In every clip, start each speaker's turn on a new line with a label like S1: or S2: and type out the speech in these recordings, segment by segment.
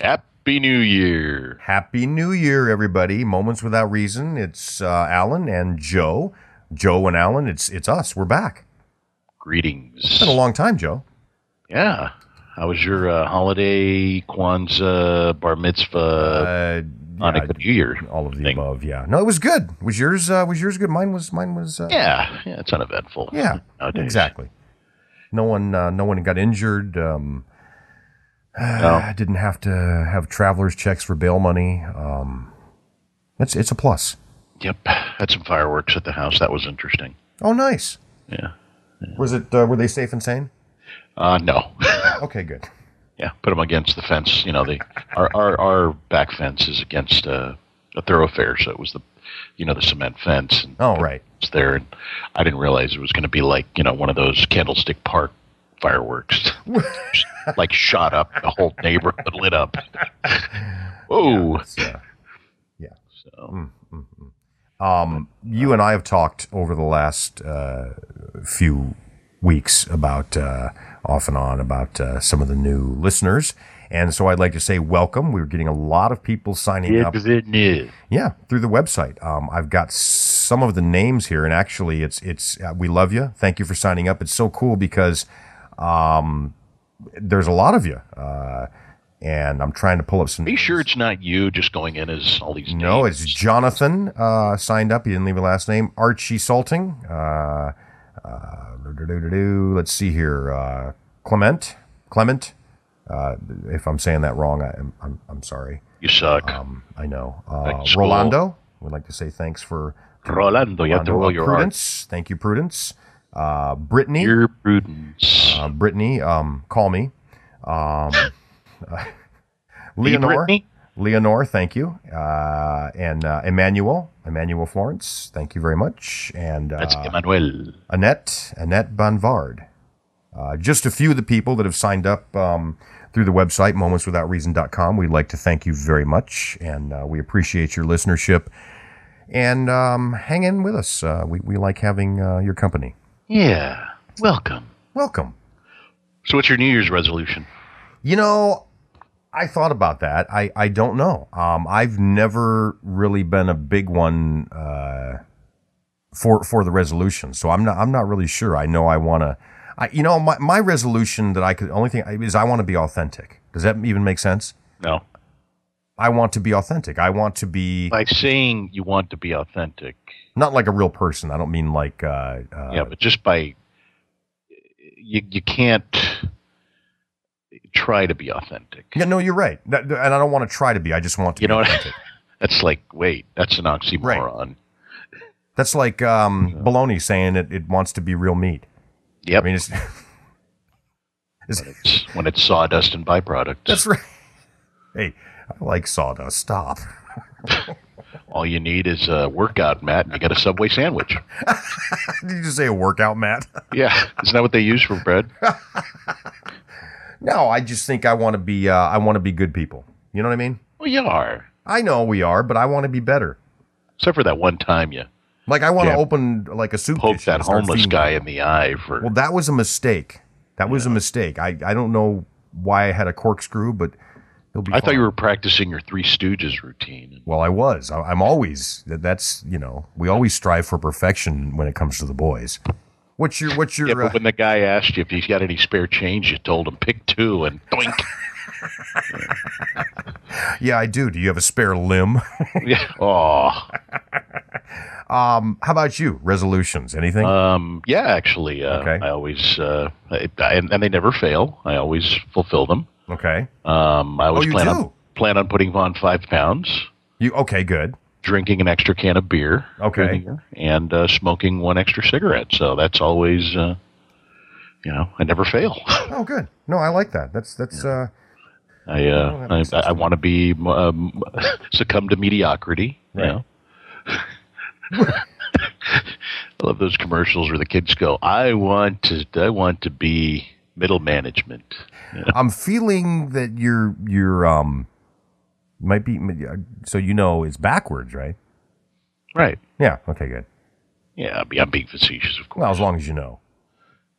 S1: Happy New Year.
S2: Happy New Year, everybody. Moments Without Reason. It's uh, Alan and Joe. Joe and Alan, it's it's us. We're back.
S1: Greetings.
S2: It's been a long time, Joe.
S1: Yeah. How was your uh, holiday, Kwanzaa, Bar Mitzvah,
S2: Uh, yeah,
S1: Hanukkah, New Year?
S2: all of the
S1: thing?
S2: above, yeah. No, it was good. Was yours uh, was yours good? Mine was mine was uh,
S1: Yeah. Yeah. It's uneventful.
S2: yeah,
S1: Nowadays.
S2: exactly. No one uh, no one got injured. Um,
S1: No.
S2: I didn't have to have travelers checks for bail money. Um, it's it's a plus.
S1: Yep. Had some fireworks at the house. That was interesting.
S2: Oh, nice.
S1: Yeah.
S2: Was it? Uh, were they safe and sane?
S1: Uh, no.
S2: Okay, good.
S1: yeah. Put them against the fence. You know, the our, our, our back fence is against uh, a thoroughfare. So it was the, you know, the cement fence. And
S2: Oh, right.
S1: was there, and I didn't realize it was going to be like you know one of those Candlestick Park fireworks, like shot up the whole neighborhood lit up. Whoa!
S2: It's, uh, Mm,
S1: So, uh,
S2: Um, you and I have talked over the last uh, few weeks about uh, off and on about uh, some of the new listeners, and so I'd like to say welcome. We're getting a lot of people signing up. Yeah, through the website. Um, I've got some of the names here, and actually, it's it's uh, we love you. Thank you for signing up. It's so cool because um, there's a lot of you, uh, and I'm trying to pull up some.
S1: Are you sure it's not you just going in as all these?
S2: No,
S1: names?
S2: it's Jonathan uh, signed up. He didn't leave a last name. Archie Salting. Uh, uh, do-do-do-do-do. let's see here. Uh, Clement. Clement. Uh, if I'm saying that wrong, I, I'm, I'm, I'm sorry.
S1: you suck.
S2: Um, I know. Uh,
S1: Thanks, Joel.
S2: Rolando. We'd like to say thanks for
S1: Rolando, you have to
S2: Rolando,
S1: roll
S2: uh,
S1: your R.
S2: prudence. Thank you, prudence. Uh, Brittany.
S1: Your prudence.
S2: uh, Brittany. Um, call me. Um, Leonore.
S1: Brittany?
S2: Leonore, thank you. Uh, and uh, Emmanuel, Emmanuel Florence, thank you very much. And
S1: That's
S2: uh,
S1: Emmanuel.
S2: Annette, Annette Banvard. Uh, just a few of the people that have signed up um, through the website, momentswithoutreason.com. We'd like to thank you very much, and uh, we appreciate your listenership. And um, hang in with us. Uh, we, we like having uh, your company.
S1: Yeah. Welcome.
S2: Welcome.
S1: So, what's your New Year's resolution?
S2: You know, I thought about that. I, I don't know. Um, I've never really been a big one uh, for for the resolution, so I'm not I'm not really sure. I know I want to. I you know my, my resolution that I could only thing is I want to be authentic. Does that even make sense?
S1: No.
S2: I want to be authentic. I want to be
S1: By saying you want to be authentic,
S2: not like a real person. I don't mean like uh, uh,
S1: yeah, but just by you, you can't try to be authentic.
S2: yeah. No, you're right. That- And I don't want to try to be. I just want to.
S1: You
S2: be
S1: know what I-
S2: authentic.
S1: That's like, wait, that's an oxymoron.
S2: That's like um, baloney saying it, it wants to be real meat.
S1: Yep.
S2: I mean, it's
S1: it's, when it's sawdust and byproducts,
S2: That's right. Hey, I like sawdust. Stop.
S1: all you need is a workout mat and you get a Subway sandwich.
S2: Did you just say a workout, Matt?
S1: Yeah. Isn't that what they use for bread?
S2: no, I just think I want to be. Uh, I want to be good people. You know what I mean?
S1: Well, you are.
S2: I know we are, but I want to be better.
S1: Except for that one time you
S2: Like I want to
S1: Yeah.
S2: open like a soup.
S1: poked
S2: kitchen
S1: that
S2: and start
S1: homeless
S2: feeding
S1: guy in the eye for.
S2: Well, that was a mistake. That was a mistake. I, I don't know why I had a corkscrew, but it'll be.
S1: I thought
S2: fine.
S1: you were practicing your Three Stooges routine.
S2: Well, I was. I, I'm always. that- That's you know. We always strive for perfection when it comes to the boys. What's your what's your
S1: Yeah,
S2: uh,
S1: but when the guy asked you if he's got any spare change, you told him pick two and doink.
S2: yeah? I do. Do you have a spare limb?
S1: yeah. Oh.
S2: Um, how about you? Resolutions? Anything?
S1: Um, yeah, actually, uh,
S2: Okay.
S1: I always uh, I, I- and, and they never fail. I always fulfill them.
S2: okay.
S1: Um, I
S2: Oh,
S1: always
S2: you
S1: plan on
S2: do.
S1: plan on putting on five pounds,
S2: You okay? Good.
S1: drinking an extra can of beer,
S2: Okay.
S1: during the year, and uh, smoking one extra cigarette. So that's always, uh, you know, I never fail.
S2: Oh, good. No, I like that. That's that's. Uh,
S1: I
S2: Well, that
S1: uh,
S2: makes
S1: I,
S2: sense.
S1: I want to be um, succumb to mediocrity.
S2: Right.
S1: You know? I love those commercials where the kids go, "I want to, I want to be middle management."
S2: I'm feeling that you're you're um might be uh, so you know it's backwards, right?
S1: Right.
S2: Yeah. Okay. Good.
S1: Yeah, I mean, I'm being facetious, of course.
S2: Well, as long as you know.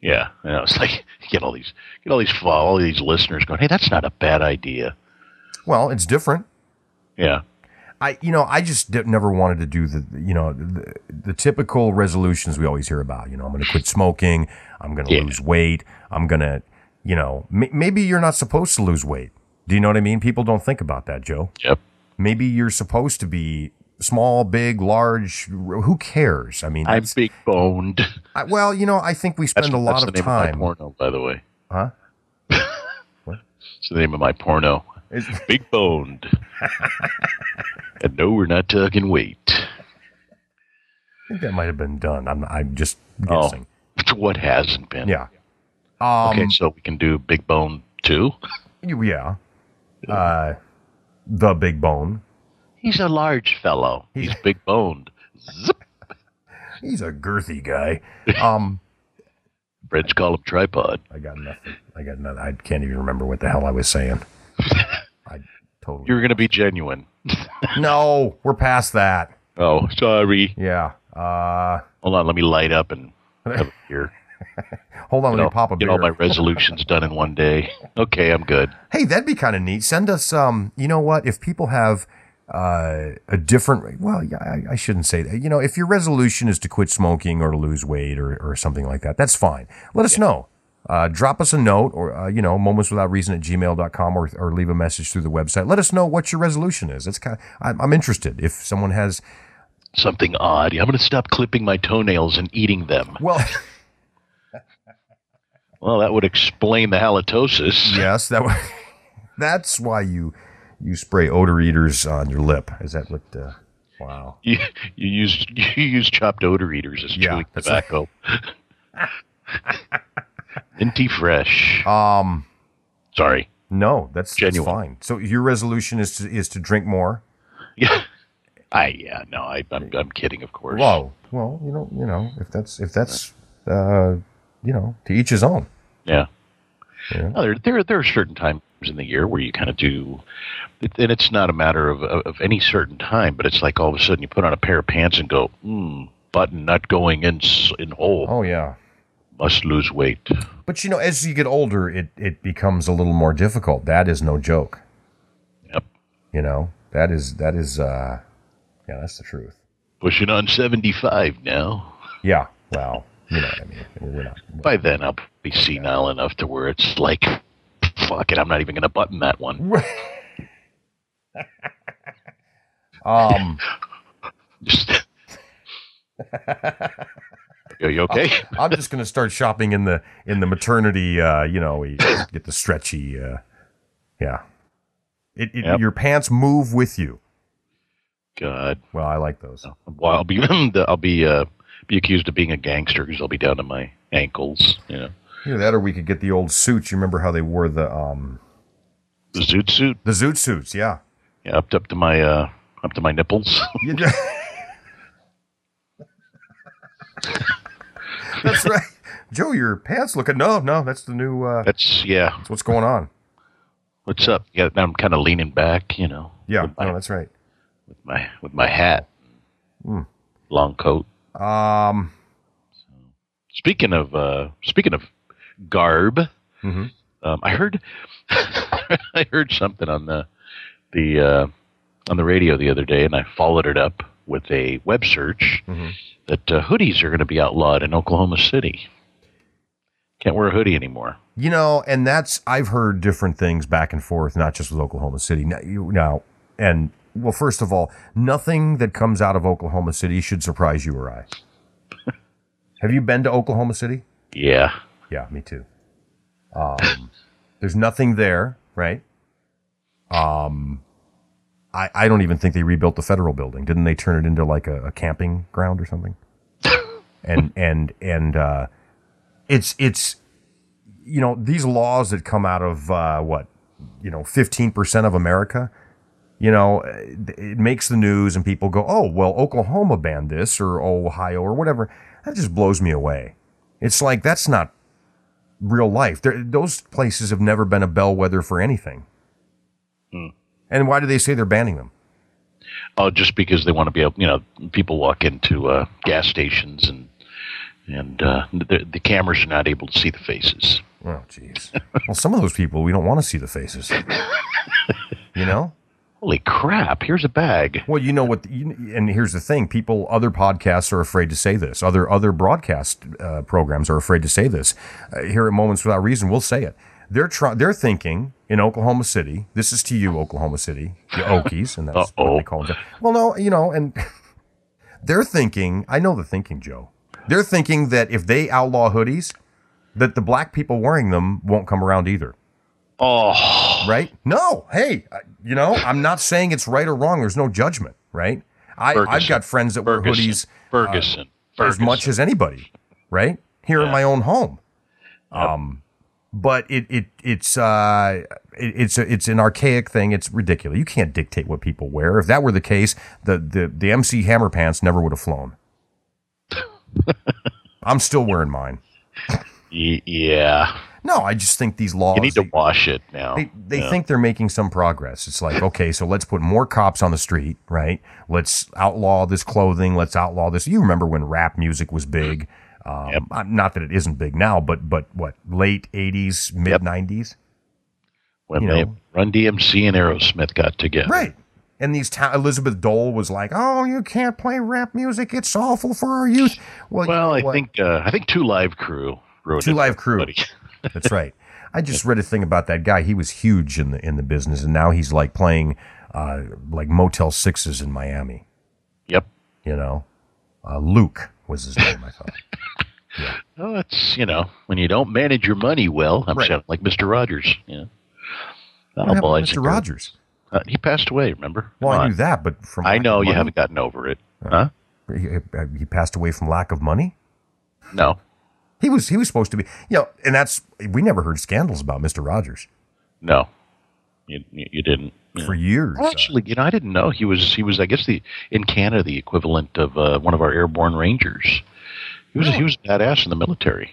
S1: yeah, you know, it's like you get all these, get all these, fo- all these listeners going, "Hey, that's not a bad idea."
S2: Well, it's different.
S1: Yeah.
S2: I you know I just di- never wanted to do the you know the, the typical resolutions we always hear about. You know, I'm going to quit smoking. I'm going to
S1: Yeah.
S2: lose weight. I'm going to you know m- maybe you're not supposed to lose weight. Do you know what I mean? People don't think about that, Joe.
S1: Yep.
S2: Maybe you're supposed to be small, big, large. r- Who cares? I mean,
S1: I'm
S2: that's,
S1: big boned.
S2: I, well, you know, I think we
S1: That's,
S2: spend a lot
S1: that's
S2: of
S1: the name
S2: time.
S1: of my porno, by the way.
S2: Huh?
S1: It's the name of my porno.
S2: It's-
S1: Big boned. and no, we're not talking weight.
S2: I think that might have been done. I'm I'm just
S1: Oh.
S2: guessing.
S1: what hasn't been?
S2: Yeah. Um,
S1: Okay, so we can do big bone too.
S2: you- Yeah. Uh, the big bone.
S1: He's a large fellow. He's big boned. Zip.
S2: He's a girthy guy. Um,
S1: Friends call him tripod.
S2: I got nothing. I got nothing. I can't even remember what the hell I was saying. I totally.
S1: You're going to be genuine.
S2: no, we're past that.
S1: Oh, sorry.
S2: Yeah. Uh,
S1: Hold on, let me light up and have a beer.
S2: hold on,
S1: Get
S2: let
S1: all-
S2: me pop a
S1: get
S2: beer.
S1: all my resolutions done in one day. Okay, I'm good.
S2: hey, that'd be kind of neat. Send us. Um, you know what? If people have uh, a different, well, yeah, I, I shouldn't say that. You know, if your resolution is to quit smoking or to lose weight or, or something like that, that's fine. Let us know. Uh, drop us a note or, uh, you know, momentswithoutreason at gmail.com or, or leave a message through the website. Let us know what your resolution is. It's kind of, I'm, I'm interested. If someone has,
S1: Something odd. I'm going to stop clipping my toenails and eating them.
S2: well,
S1: Well, that would explain the halitosis.
S2: yes, that wa- that's why you, you spray odor eaters on your lip. Is that what, uh, wow.
S1: You, you use you use chopped odor eaters as
S2: Yeah,
S1: chewing
S2: that's
S1: tobacco. Minty fresh.
S2: Um,
S1: Sorry.
S2: No, that's, that's
S1: Genuine.
S2: fine. So your resolution is to is to drink more.
S1: Yeah. I yeah no I I'm, I'm kidding of course.
S2: Whoa. Well, you know, you know, if that's if that's uh, you know, to each his own.
S1: Yeah.
S2: Yeah.
S1: No, there, there, there are certain times in the year where you kind of do, and it's not a matter of, of, of any certain time, but it's like all of a sudden you put on a pair of pants and go, hmm, button not going in s- in hole,
S2: Oh yeah.
S1: must lose weight.
S2: But you know, as you get older, it it becomes a little more difficult. That is no joke.
S1: Yep.
S2: You know, that is that is uh, yeah, that's the truth.
S1: Pushing on 75 now.
S2: Yeah. Well, you know what I mean. We're not.
S1: By then I'll be senile enough to where it's like, fuck it, I'm not even going to button that one.
S2: Um,
S1: Just. Are you okay?
S2: I'm just gonna start shopping in the in the maternity. Uh, you know, we get the stretchy. Uh, yeah, it, it,
S1: Yep.
S2: your pants move with you.
S1: God.
S2: Well, I like those.
S1: Well, I'll be I'll be uh, be accused of being a gangster because I'll be down to my ankles. You know,
S2: Either that, or we could get the old suits. You remember how they wore the um
S1: the zoot suit
S2: the zoot suits? Yeah.
S1: yeah, up up to my uh, up to my nipples.
S2: You do- that's right, Joe. Your pants looking? No, no, that's the new. Uh,
S1: That's yeah.
S2: that's what's going on.
S1: What's up? Yeah, now I'm kind of leaning back. You know.
S2: Yeah,
S1: With my
S2: no, that's right.
S1: with my, with my hat, long coat.
S2: Um,
S1: Speaking of uh, speaking of garb,
S2: mhm.
S1: um, I heard I heard something on the the uh, on the radio the other day, and I followed it up with a web search
S2: Mhm.
S1: that uh, hoodies are going to be outlawed in Oklahoma City. Can't wear a hoodie anymore.
S2: You know, and that's I've heard different things back and forth, not just with Oklahoma City. Now, you, now and well, first of all, nothing that comes out of Oklahoma City should surprise you or I. Have you been to Oklahoma City?
S1: Yeah,
S2: Yeah, me too. Um, there's nothing there, right? Um, I I don't even think they rebuilt the federal building. Didn't they turn it into like a, a camping ground or something? and and and uh, it's it's you know these laws that come out of uh, what you know 15% of america you know it it makes the news and people go oh well oklahoma banned this or ohio or whatever that just blows me away it's like that's not real life There those places have never been a bellwether for anything and why do they say they're banning them
S1: oh, just because they want to be able, you know, people walk into uh, gas stations and and uh, the, the cameras are not able to see the faces.
S2: oh jeez well some of those people we don't want to see the faces you know?
S1: Holy crap! Here's a bag.
S2: Well, you know what? You, and here's the thing: people, other podcasts are afraid to say this. Other other broadcast uh, programs are afraid to say this. Uh, here at Moments Without Reason, we'll say it. They're trying. They're thinking in Oklahoma City. This is to you, Oklahoma City, the Okies, and that's what
S1: Uh-oh.
S2: they call them. Well, no, you know, and they're thinking. I know the thinking, Joe. They're thinking that if they outlaw hoodies, that the black people wearing them won't come around either
S1: Oh,
S2: right? No, hey, uh, you know, I'm not saying it's right or wrong. There's no judgment, right? I, I've
S1: Ferguson.
S2: got friends that wear
S1: Ferguson.
S2: hoodies um,
S1: Ferguson.
S2: as
S1: Ferguson.
S2: much as anybody, right? Here in
S1: Yeah.
S2: my own home. Um, but it it it's uh it, it's a, it's an archaic thing. It's ridiculous. You can't dictate what people wear. If that were the case, the the the MC Hammer pants never would have flown. I'm still wearing mine.
S1: Y- yeah,
S2: No, I just think these laws
S1: you need to wash it now.
S2: they, they
S1: Yeah.
S2: think they're making some progress. It's like, okay, so let's put more cops on the street, right? Let's outlaw this clothing. Let's outlaw this. You remember when rap music was big? Um,
S1: Yep.
S2: uh, Not that it isn't big now, but but what late '80s, mid
S1: Yep.
S2: '90s,
S1: when
S2: you
S1: they
S2: know.
S1: Run DMC and Aerosmith got together.
S2: right? And these ta- Elizabeth Dole was like, "Oh, you can't play rap music. It's awful for our youth." Well,
S1: Well, I
S2: what?
S1: think uh, I think Two Live Crew ruined
S2: Two
S1: it for
S2: Live Crew.
S1: everybody.
S2: That's right. I just read a thing about that guy. He was huge in the in the business, and now he's like playing uh, like Motel Sixes in Miami.
S1: yep.
S2: you know. Uh, Luke was his name, I thought.
S1: Oh, it's you know when you don't manage your money well. I'm
S2: Right.
S1: sounding like Mr. Rogers. Yeah.
S2: What happened to
S1: I
S2: Mr.
S1: think-
S2: Rogers.
S1: Uh, he passed away. Remember?
S2: Well,
S1: Come
S2: I
S1: on.
S2: knew that, but from
S1: I
S2: lack
S1: know
S2: of
S1: you
S2: money?
S1: haven't gotten over it, huh?
S2: He, he passed away from lack of money.
S1: No,
S2: He was he was supposed to be, you know, and that's we never heard scandals about Mr. Rogers
S1: no, you you, you didn't. Yeah.
S2: for years.
S1: Well, Actually, you know, I didn't know he was. He was, I guess, the in Canada the equivalent of uh, one of our airborne rangers. He was. He was a badass in the military.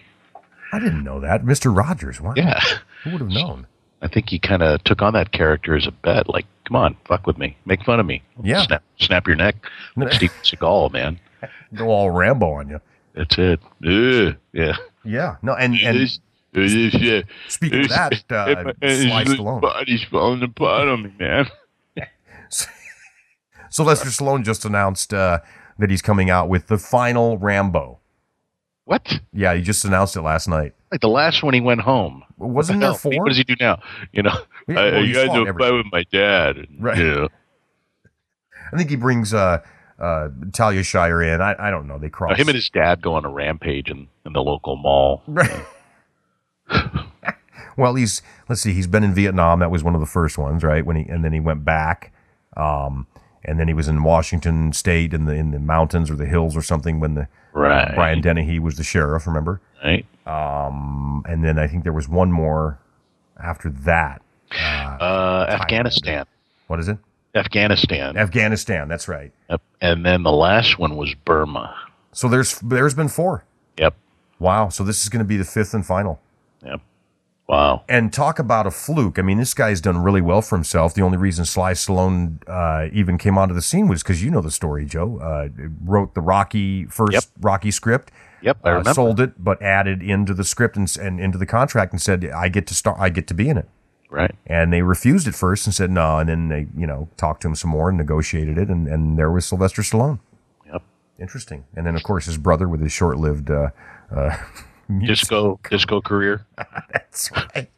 S2: I didn't know that Mr. Rogers. Wow,
S1: Yeah,
S2: who would have known?
S1: I think he kind of took on that character as a bet. Like, come on, fuck with me, make fun of me.
S2: Yeah.
S1: snap, snap your neck, Steve Seagal, man.
S2: Go all Rambo on you.
S1: That's it. Ugh. Yeah.
S2: Yeah, no, and and
S1: This- this, uh,
S2: speaking of that, uh,
S1: this
S2: Sly
S1: little
S2: Stallone.
S1: body's falling apart on me, man.
S2: Sylvester Stallone just announced uh, that he's coming out with the final Rambo.
S1: What?
S2: Yeah, he just announced it last night.
S1: Like the last one, he went home.
S2: Wasn't there
S1: Hell,
S2: four?
S1: What does he do now? You know,
S2: Yeah,
S1: I,
S2: well,
S1: I
S2: you
S1: got
S2: saw
S1: into a
S2: everything.
S1: fight with my dad. and,
S2: Right.
S1: you know.
S2: I think he brings uh, uh, Talia Shire in. I, I don't know. They
S1: Now,
S2: cross
S1: him and his dad go on a rampage in, in the local mall.
S2: Right. well, he's let's see. He's been in Vietnam. That was one of the first ones, right? When he and then he went back. Um, and then he was in Washington State in the in the mountains or the hills or something when the
S1: Right.
S2: Brian Dennehy was the sheriff. Remember?
S1: Right.
S2: Um, and then I think there was one more after that. Uh,
S1: Uh, Afghanistan.
S2: what is it?
S1: Afghanistan.
S2: Afghanistan. That's right.
S1: Yep. And then the last one was Burma.
S2: So there's there's been four.
S1: Yep.
S2: Wow. So this is going to be the fifth and final.
S1: Yep. Wow.
S2: and talk about a fluke. I mean, this guy's done really well for himself. The only reason Sly Stallone uh, even came onto the scene was because you know the story, Joe. Uh, wrote the Rocky first
S1: Yep.
S2: Rocky script,
S1: Yep. I
S2: uh,
S1: remember.
S2: sold it, but added into the script and, s- and into the contract and said, "I get to start. I get to be in it."
S1: right.
S2: And they refused at first and said no, and then they you know talked to him some more and negotiated it, and, and there was Sylvester Stallone.
S1: Yep.
S2: Interesting. And then of course his brother with his short-lived. Uh, uh,
S1: Disco. Disco career.
S2: That's right.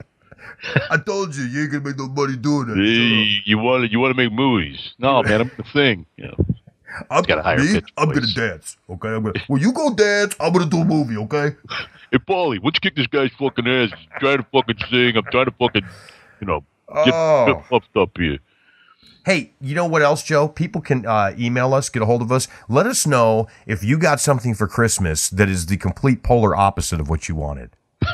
S2: I told you, you ain't gonna make nobody do that.
S1: Hey, you want to you want to make movies? No, man, I'm the thing. You know,
S2: I'm,
S1: got a higher
S2: me,
S1: pitch
S2: I'm gonna
S1: voice.
S2: dance. Okay, I'm gonna. Well, you go dance. I'm gonna do a movie. Okay.
S1: hey, Paulie, let's kick this guy's fucking ass. He's trying to fucking sing. I'm trying to fucking, you know, get,
S2: Oh.
S1: get puffed up here.
S2: Hey, you know what else, Joe? People can uh, email us, get a hold of us. Let us know if you got something for Christmas that is the complete polar opposite of what you wanted.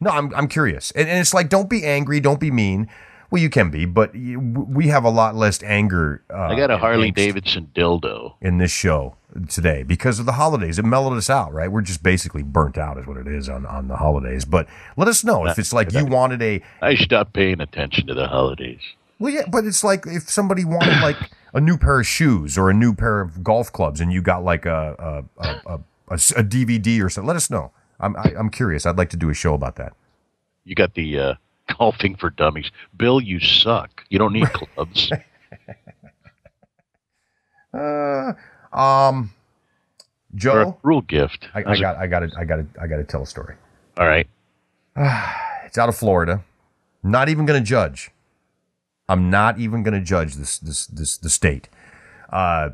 S2: no, I'm, I'm curious. And, and it's like, don't be angry, don't be mean. Well, you can be, but you, we have a lot less anger. Uh,
S1: I got a
S2: and
S1: Harley
S2: angst.
S1: Davidson dildo.
S2: in this show today because of the holidays. It mellowed us out, right? We're just basically burnt out, is what it is on, on the holidays. But let us know if it's like you wanted a
S1: I stopped paying attention to the holidays.
S2: well, yeah, but it's like if somebody wanted like a new pair of shoes or a new pair of golf clubs, and you got like a a a, a, a s- a DVD or something. Let us know. I'm I, I'm curious. I'd like to do a show about that.
S1: You got the uh, golfing for dummies. Bill, you suck. You don't need clubs.
S2: Uh,
S1: Or
S2: um,
S1: a
S2: Joe,
S1: rule gift.
S2: Oh. I, I got, I got to, I got to, I got to tell a story.
S1: All right.
S2: It's out of Florida. Not even going to judge. I'm not even going to judge this this this the state. Uh,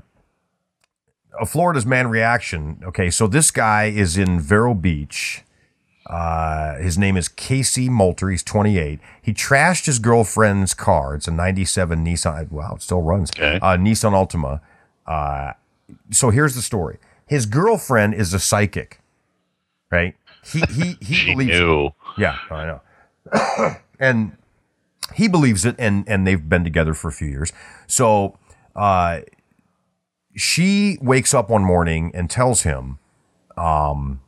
S2: a Florida's man reaction. Okay, so this guy is in Vero Beach. Uh, his name is Casey Moulter. He's 28. He trashed his girlfriend's car. It's a 97 Nissan. Wow, it still runs.
S1: Okay.
S2: Uh, Nissan Altima. Uh, so here's the story. His girlfriend is a psychic, right? He he he
S1: She
S2: believes
S1: knew.
S2: yeah, I know. and he believes it, and and they've been together for a few years. So uh, she wakes up one morning and tells him um,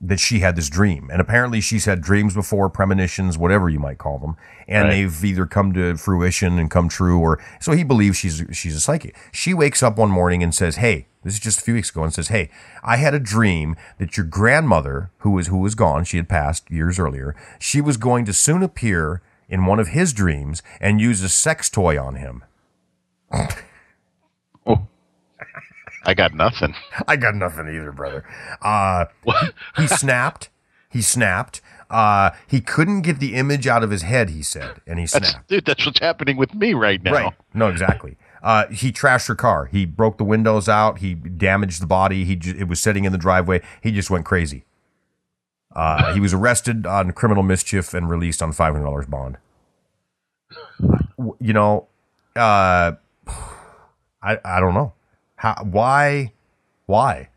S2: that she had this dream, and apparently she's had dreams before, premonitions, whatever you might call them, and
S1: Right.
S2: they've either come to fruition and come true, or so he believes she's she's a psychic. She wakes up one morning and says, "Hey." This is just a few weeks ago, and says, "Hey, I had a dream that your grandmother, who was who was gone, she had passed years earlier. She was going to soon appear in one of his dreams and use a sex toy on him."
S1: Oh. I got nothing.
S2: I got nothing either, brother. Uh,
S1: What?
S2: he snapped. He snapped. Uh, he couldn't get the image out of his head. He said, and he
S1: That's,
S2: snapped.
S1: dude, that's what's happening with me right now.
S2: Right. No, exactly. Uh, he trashed her car. He broke the windows out. He damaged the body. He ju- it was sitting in the driveway. He just went crazy. Uh, he was arrested on criminal mischief and released on five hundred dollars bond. W- You know, uh, I I don't know how why why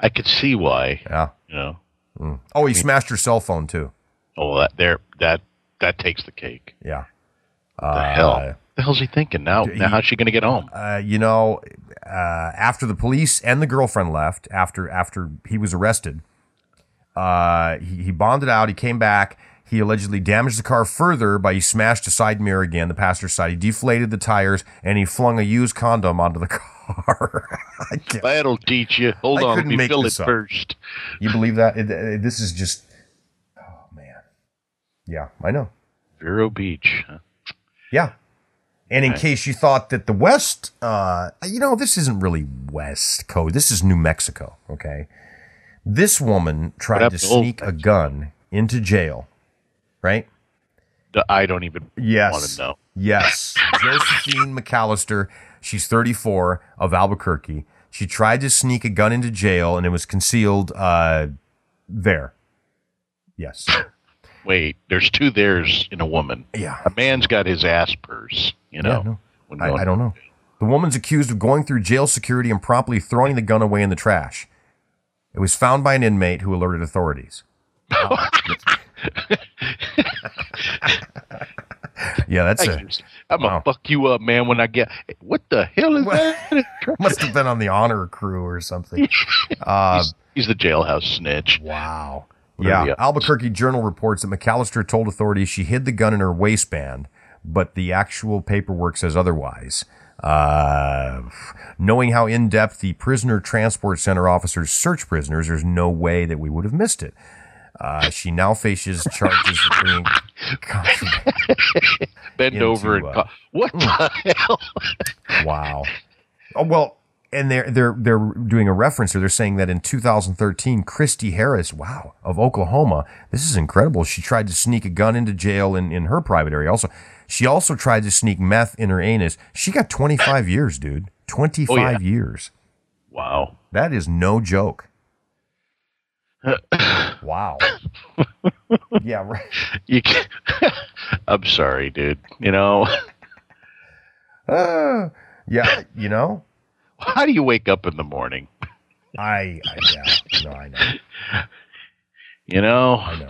S1: I could see why.
S2: yeah.
S1: You know.
S2: Oh, he smashed her cell phone too.
S1: Oh, that there that that takes the cake.
S2: Yeah.
S1: The hell. The hell's he thinking now?
S2: d-
S1: now how's she going to get home?
S2: Uh, you know, uh, after the police and the girlfriend left, after after he was arrested, uh, he, he bonded out. He came back. He allegedly damaged the car further by he smashed a side mirror again, the passenger side. He deflated the tires and he flung a used condom onto the car. I can't.
S1: That'll teach you. Hold
S2: I
S1: on, let
S2: couldn't
S1: me
S2: make
S1: fill it
S2: this up.
S1: first.
S2: You believe that? It- it- this is just. Oh man. Yeah, I know.
S1: Vero Beach. huh?
S2: Yeah. And in
S1: Right.
S2: case you thought that the West, uh, you know, this isn't really West Coast. This is New Mexico. Okay. This woman tried to
S1: happened Oh, to old
S2: sneak a gun into jail, right?
S1: The- I don't even want
S2: Yes.
S1: to know.
S2: Yes. Josephine McAllister. She's 34 of Albuquerque. She tried to sneak a gun into jail and it was concealed uh, there. Yes.
S1: Wait, there's two there's in a woman.
S2: Yeah.
S1: A man's got his ass purse. You know.
S2: no.
S1: When
S2: I,
S1: going-
S2: I don't know. The woman's accused of going through jail security and promptly throwing the gun away in the trash. It was found by an inmate who alerted authorities. yeah, that's
S1: Thank
S2: it.
S1: you. I'm gonna
S2: Wow.
S1: fuck you up, man. When I get what the hell is that?
S2: Must have been on the honor crew or something. Uh,
S1: He's the jailhouse snitch.
S2: wow.
S1: What are the
S2: Yeah.
S1: odds?
S2: Albuquerque Journal reports that McAllister told authorities she hid the gun in her waistband, but the actual paperwork says otherwise. Uh, knowing how in depth the prisoner transport center officers search prisoners, there's no way that we would have missed it. Uh, she now faces charges of bringing. God,
S1: Bend
S2: Into,
S1: over and
S2: uh,
S1: co- what the hell?
S2: wow. Oh, well, and they're they're they're doing a reference here. They're saying that in 2013, Christy Harris, wow, of Oklahoma, this is incredible. She tried to sneak a gun into jail in in her private area. Also, she also tried to sneak meth in her anus. She got 25 years, dude. 25 years.
S1: Wow.
S2: That is no joke. wow. yeah, right.
S1: You can- I'm sorry, dude. You know,
S2: Uh, yeah, you know,
S1: how do you wake up in the morning?
S2: I, I yeah, no, I know,
S1: You know,
S2: I know,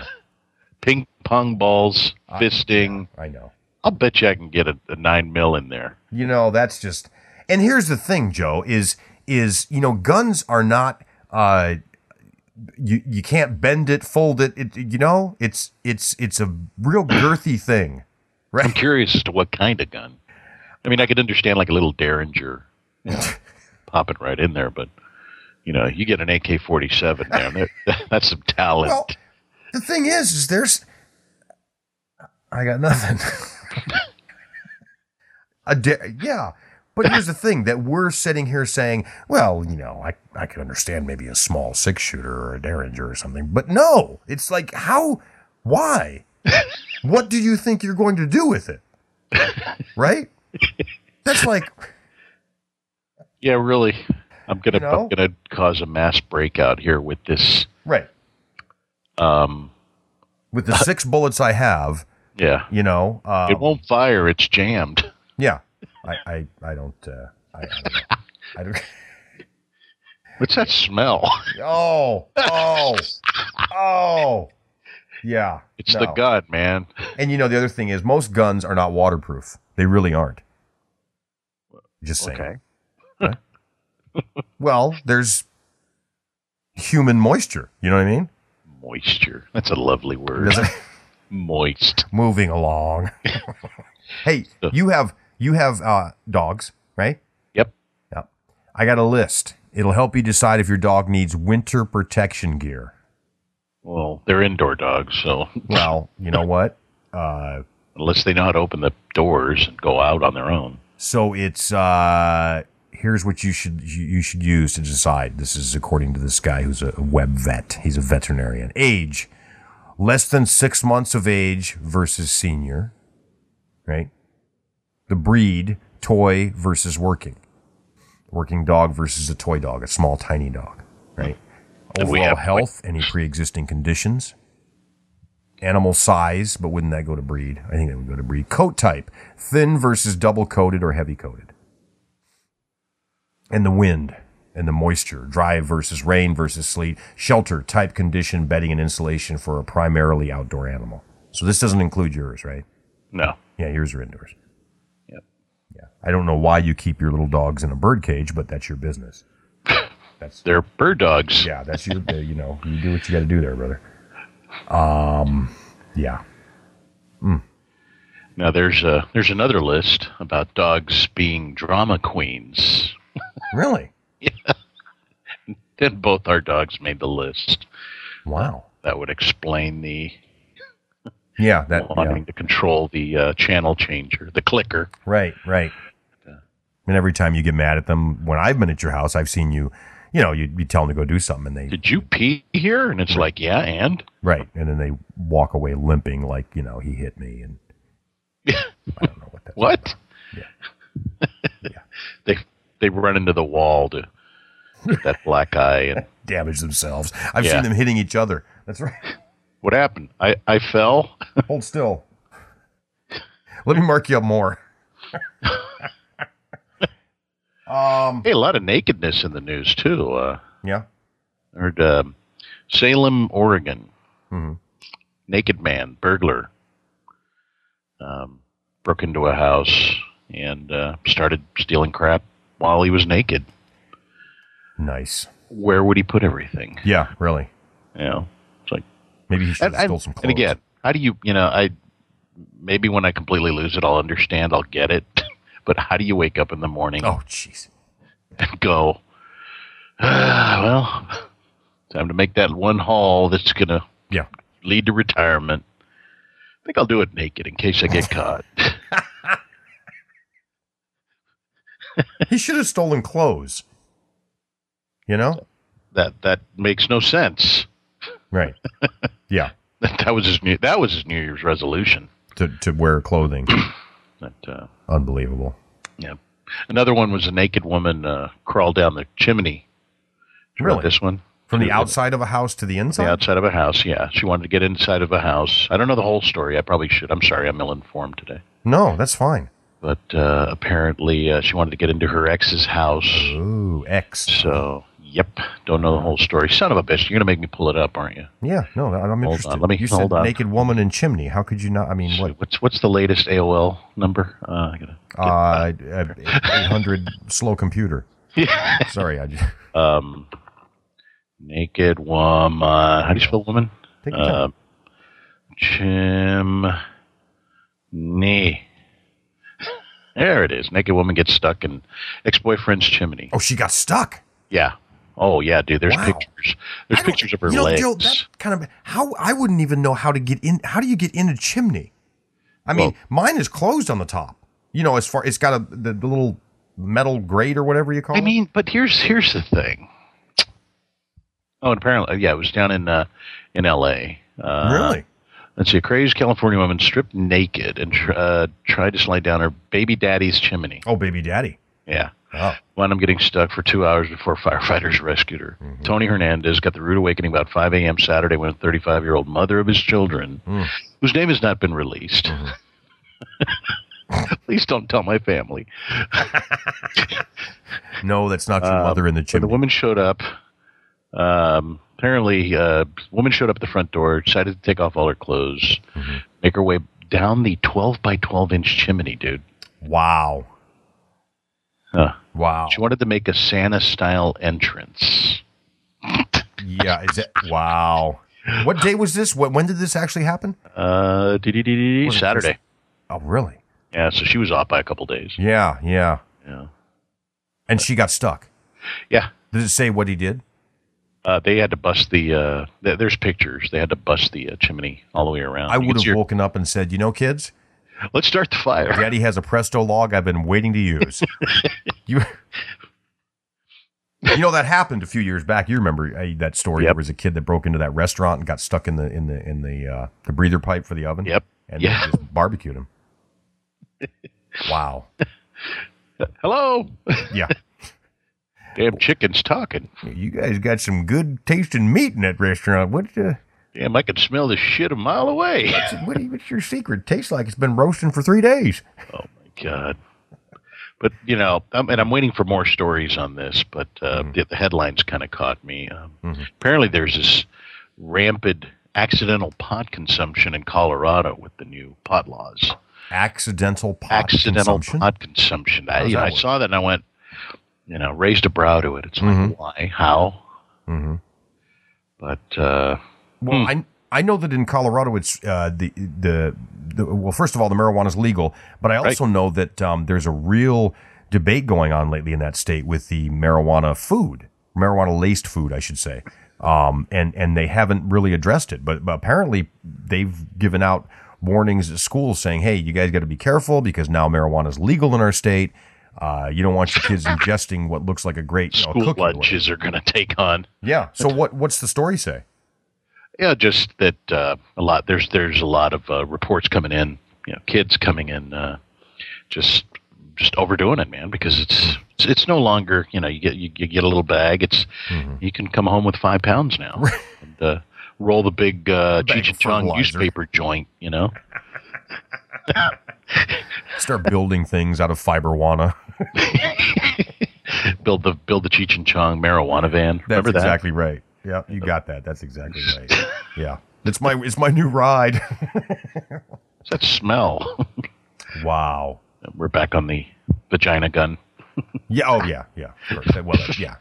S1: ping pong balls,
S2: I-
S1: fisting.
S2: I know.
S1: I'll bet you I can get a, a nine mil in there.
S2: You know, that's just. And here's the thing, Joe is is you know, guns are not. Uh, you you can't bend it, fold it. it you know, it's it's it's a real girthy thing,
S1: I'm
S2: right?
S1: curious as to what kind of gun. I mean, I could understand like a little Derringer, you know, pop it right in there, but you know, you get an AK-47 there, and there- that's some talent.
S2: Well, the thing is, is there's I got nothing. a da- yeah. But here's the thing that we're sitting here saying, well, you know, I, I could understand maybe a small six shooter or a Derringer or something. But no, it's like, how, why? what do you think you're going to do with it? Right? That's like,
S1: Yeah, really. I'm gonna
S2: You know?
S1: I'm gonna cause a mass breakout here with this.
S2: right.
S1: Um,
S2: With the six bullets I have,
S1: yeah,
S2: you know, um,
S1: it won't fire. It's jammed.
S2: yeah, I, I, I don't, uh, I, I don't, know. I don't
S1: What's that smell?
S2: Oh, oh, oh. Yeah.
S1: It's the
S2: no.
S1: gun, man.
S2: And you know, the other thing is most guns are not waterproof. They really aren't. Just saying.
S1: Okay.
S2: Well, there's human moisture. You know what I mean?
S1: Moisture. That's a lovely word.
S2: Does it-
S1: Moist.
S2: Moving along. hey, you have you have uh, dogs, right?
S1: Yep.
S2: Yep. I got a list. It'll help you decide if your dog needs winter protection gear.
S1: Well, they're indoor dogs, so
S2: Well, you know what? Uh,
S1: unless they know how to open the doors and go out on their own.
S2: So it's uh, here's what you should you you should use to decide. This is according to this guy who's a web vet. He's a veterinarian. Age, less than six months of age versus senior, right? The breed, toy versus working, working dog versus a toy dog, a small tiny dog, right?
S1: And we
S2: Overall
S1: have-
S2: health, any pre-existing conditions, animal size, but wouldn't that go to breed? I think that would go to breed. Coat type, thin versus double coated or heavy coated. And the wind and the moisture, dry versus rain versus sleet, shelter, type, condition, bedding, and insulation for a primarily outdoor animal. So this doesn't include yours, right?
S1: No.
S2: Yeah, yours are indoors.
S1: Yep.
S2: Yeah. I don't know why you keep your little dogs in a bird cage, but that's your business. That's
S1: They're bird dogs.
S2: yeah, that's your you know, you do what you got to do there, brother. Um, yeah.
S1: Now there's a there's another list about dogs being drama queens.
S2: Really?
S1: Then both our dogs made the list.
S2: Wow.
S1: That would explain the
S2: Yeah, that yeah.
S1: wanting to control the uh, channel changer, the clicker.
S2: Right, right. And every time you get mad at them, when I've been at your house, I've seen you, you know, you, you tell them to go do something, and they
S1: Did you pee here? And it's like, yeah, and
S2: right, and then they walk away limping, like you know, he hit me, and I don't know what that.
S1: what?
S2: Yeah.
S1: they they run into the wall to get that black eye. And
S2: Damage themselves. I've
S1: Yeah.
S2: seen them hitting each other. That's right.
S1: what happened? I I fell.
S2: Hold still. Let me mark you up more. um.
S1: Hey, a lot of nakedness in the news too. Uh,
S2: Yeah.
S1: I heard um, Salem, Oregon,
S2: Mhm.
S1: naked man burglar um, broke into a house and uh, started stealing crap while he was naked.
S2: Nice.
S1: Where would he put everything?
S2: Yeah. Really.
S1: You know, it's like.
S2: Maybe he should
S1: And,
S2: have stole some
S1: and
S2: clothes.
S1: again, how do you, you know, I maybe when I completely lose it, I'll understand, I'll get it. but how do you wake up in the morning
S2: Oh, jeez.
S1: and go, "Ah, well, time to make that one haul that's going to
S2: Yeah.
S1: lead to retirement? I think I'll do it naked in case I get caught.
S2: He should have stolen clothes. You know.
S1: that that makes no sense.
S2: Right. yeah.
S1: That was his new that was his New Year's resolution.
S2: To, to wear clothing.
S1: That uh,
S2: Unbelievable.
S1: yeah. Another one was a naked woman uh, crawled down the chimney. Did you read
S2: Really?
S1: This one
S2: From the
S1: Yeah.
S2: outside of a house to the
S1: the
S2: inside?
S1: outside of a house. Yeah, she wanted to get inside of a house. I don't know the whole story. I probably should. I'm sorry, I'm ill-informed today.
S2: No, that's fine.
S1: But uh, apparently, uh, she wanted to get into her ex's house.
S2: Ooh, X.
S1: So, yep, don't know the whole story. Son of a bitch, you're gonna make me pull it up, aren't you?
S2: Yeah, no, I'm
S1: on,
S2: interested.
S1: let me-
S2: you said
S1: hold on.
S2: naked woman in chimney. How could you not? I mean, what?
S1: What's what's the latest AOL number? Uh, I gotta
S2: Uh, 800 slow computer. Sorry, I just
S1: um, naked woman. How do you spell woman?
S2: take your time.
S1: Um, Chim Chimney. There it is. Naked woman gets stuck in ex-boyfriend's chimney.
S2: Oh, she got stuck.
S1: Yeah. Oh yeah, dude. There's
S2: Wow.
S1: pictures. There's
S2: I don't-
S1: pictures of her
S2: you know,
S1: legs.
S2: Joe, that kind of how I wouldn't even know how to get in. How do you get in a chimney? I mean, mine is closed on the top. You know, as far it's got a the, the little metal grate or whatever you call
S1: I
S2: it.
S1: mean, but here's here's the thing. Oh, and apparently, yeah, it was down in uh, in L.A. Uh,
S2: really?
S1: Let's see. A crazed California woman stripped naked and tr- uh, tried to slide down her baby daddy's chimney.
S2: Oh, baby daddy.
S1: Yeah.
S2: Oh,
S1: Wound up getting stuck for two hours before firefighters rescued her.
S2: Mm-hmm.
S1: Tony Hernandez got the rude awakening about 5 a.m. Saturday when a 35 year old mother of his children,
S2: Mm.
S1: whose name has not been released.
S2: Mm-hmm.
S1: Please don't tell my family.
S2: no, that's not your
S1: Uh,
S2: mother in the
S1: When the
S2: chimney.
S1: woman showed up, um, apparently, uh, woman showed up at the front door, decided to take off all her clothes, make her way down the 12 by 12 inch chimney, dude.
S2: wow.
S1: Huh.
S2: Wow.
S1: She wanted to make a Santa style entrance.
S2: Yeah. Is that wow? What day was this? What, when did this actually happen?
S1: Uh, dee- dee- dee- dee- dee,
S2: Was it
S1: Saturday.
S2: Oh, really?
S1: Yeah, so she was off by a couple days.
S2: Yeah, yeah.
S1: Yeah.
S2: And she got stuck.
S1: Yeah.
S2: Did it say what he did?
S1: Uh, they had to bust the. Uh, th- there's pictures. They had to bust the uh, chimney all the way around.
S2: I
S1: You can
S2: would
S1: see
S2: have
S1: her-
S2: woken up and said, "You know, kids,
S1: Let's start the fire.
S2: Daddy has a Presto log I've been waiting to use." you, you know that happened a few years back. You remember uh, that story?
S1: Yep.
S2: There was a kid that broke into that restaurant and got stuck in the in the in the uh, the breather pipe for the oven.
S1: Yep.
S2: And
S1: Yeah.
S2: they just barbecued him. Wow.
S1: Hello.
S2: Yeah.
S1: Damn chicken's talking.
S2: You guys got some good tasting meat in that restaurant. What? Uh,
S1: Damn, I can smell this shit a mile away.
S2: what? What's your secret? Tastes like it's been roasting for three days.
S1: Oh my god! But you know, um, and I'm waiting for more stories on this. But uh,
S2: Mm-hmm.
S1: the, the headlines kind of caught me. Um, Apparently, there's this rampant accidental pot consumption in Colorado with the new pot laws.
S2: Accidental pot
S1: accidental
S2: consumption.
S1: pot consumption. I,
S2: does
S1: you know,
S2: that
S1: I
S2: work?
S1: saw that and I went, you know, raised a brow to it. It's like
S2: Mhm.
S1: why, how?
S2: Mhm.
S1: But uh,
S2: Well, I I know that in Colorado it's uh, the, the the well first of all the marijuana is legal, but I also know that um, there's a real debate going on lately in that state with the marijuana food, marijuana laced food, I should say. Um, and and they haven't really addressed it, but, but apparently they've given out warnings at schools saying, "Hey, you guys got to be careful because now marijuana is legal in our state. Uh, you don't want your kids ingesting what looks like a great you know,
S1: school
S2: cookie." or whatever."
S1: lunches are going to take on.
S2: Yeah. So what what's the story say?
S1: Yeah, just that uh, a lot. There's there's a lot of uh, reports coming in. You know, kids coming in, uh, just just overdoing it, man. Because it's it's, it's no longer you know you get you, you get a little bag. It's
S2: Mm-hmm.
S1: you can come home with five pounds now. and, uh, roll the big uh,
S2: Bag
S1: Cheech
S2: of
S1: and Chong
S2: fertilizer.
S1: newspaper joint. You know,
S2: Start building things out of fiberwana.
S1: build the build the Cheech and Chong marijuana van.
S2: That's
S1: Remember that?
S2: exactly right. Yeah, you got that. That's exactly right. Yeah. It's my it's my new ride.
S1: What's that smell.
S2: wow.
S1: We're back on the vagina gun.
S2: Yeah, oh yeah, yeah. Sure. That- Well, that- yeah.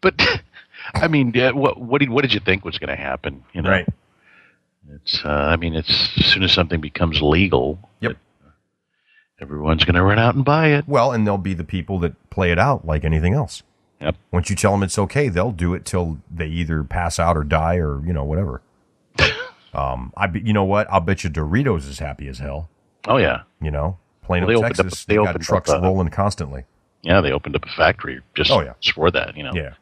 S1: But I mean, yeah, what what did what did you think was going to happen? You know,
S2: Right.
S1: It's, uh, I mean, it's as soon as something becomes legal, uh,
S2: Yep.
S1: everyone's going to run out and buy it.
S2: Well, and they'll be the people that play it out like anything else.
S1: Yep.
S2: Once you tell them it's okay, they'll do it till they either pass out or die or, you know, whatever. um, I be, you know what? I'll bet you Doritos is happy as hell,
S1: Oh yeah,
S2: you know. Plano,
S1: Well, they opened up-
S2: Texas,
S1: they
S2: they got
S1: opened up,
S2: trucks
S1: uh,
S2: rolling constantly.
S1: yeah. They opened up a factory just
S2: Oh, yeah.
S1: for that. You know,
S2: Yeah.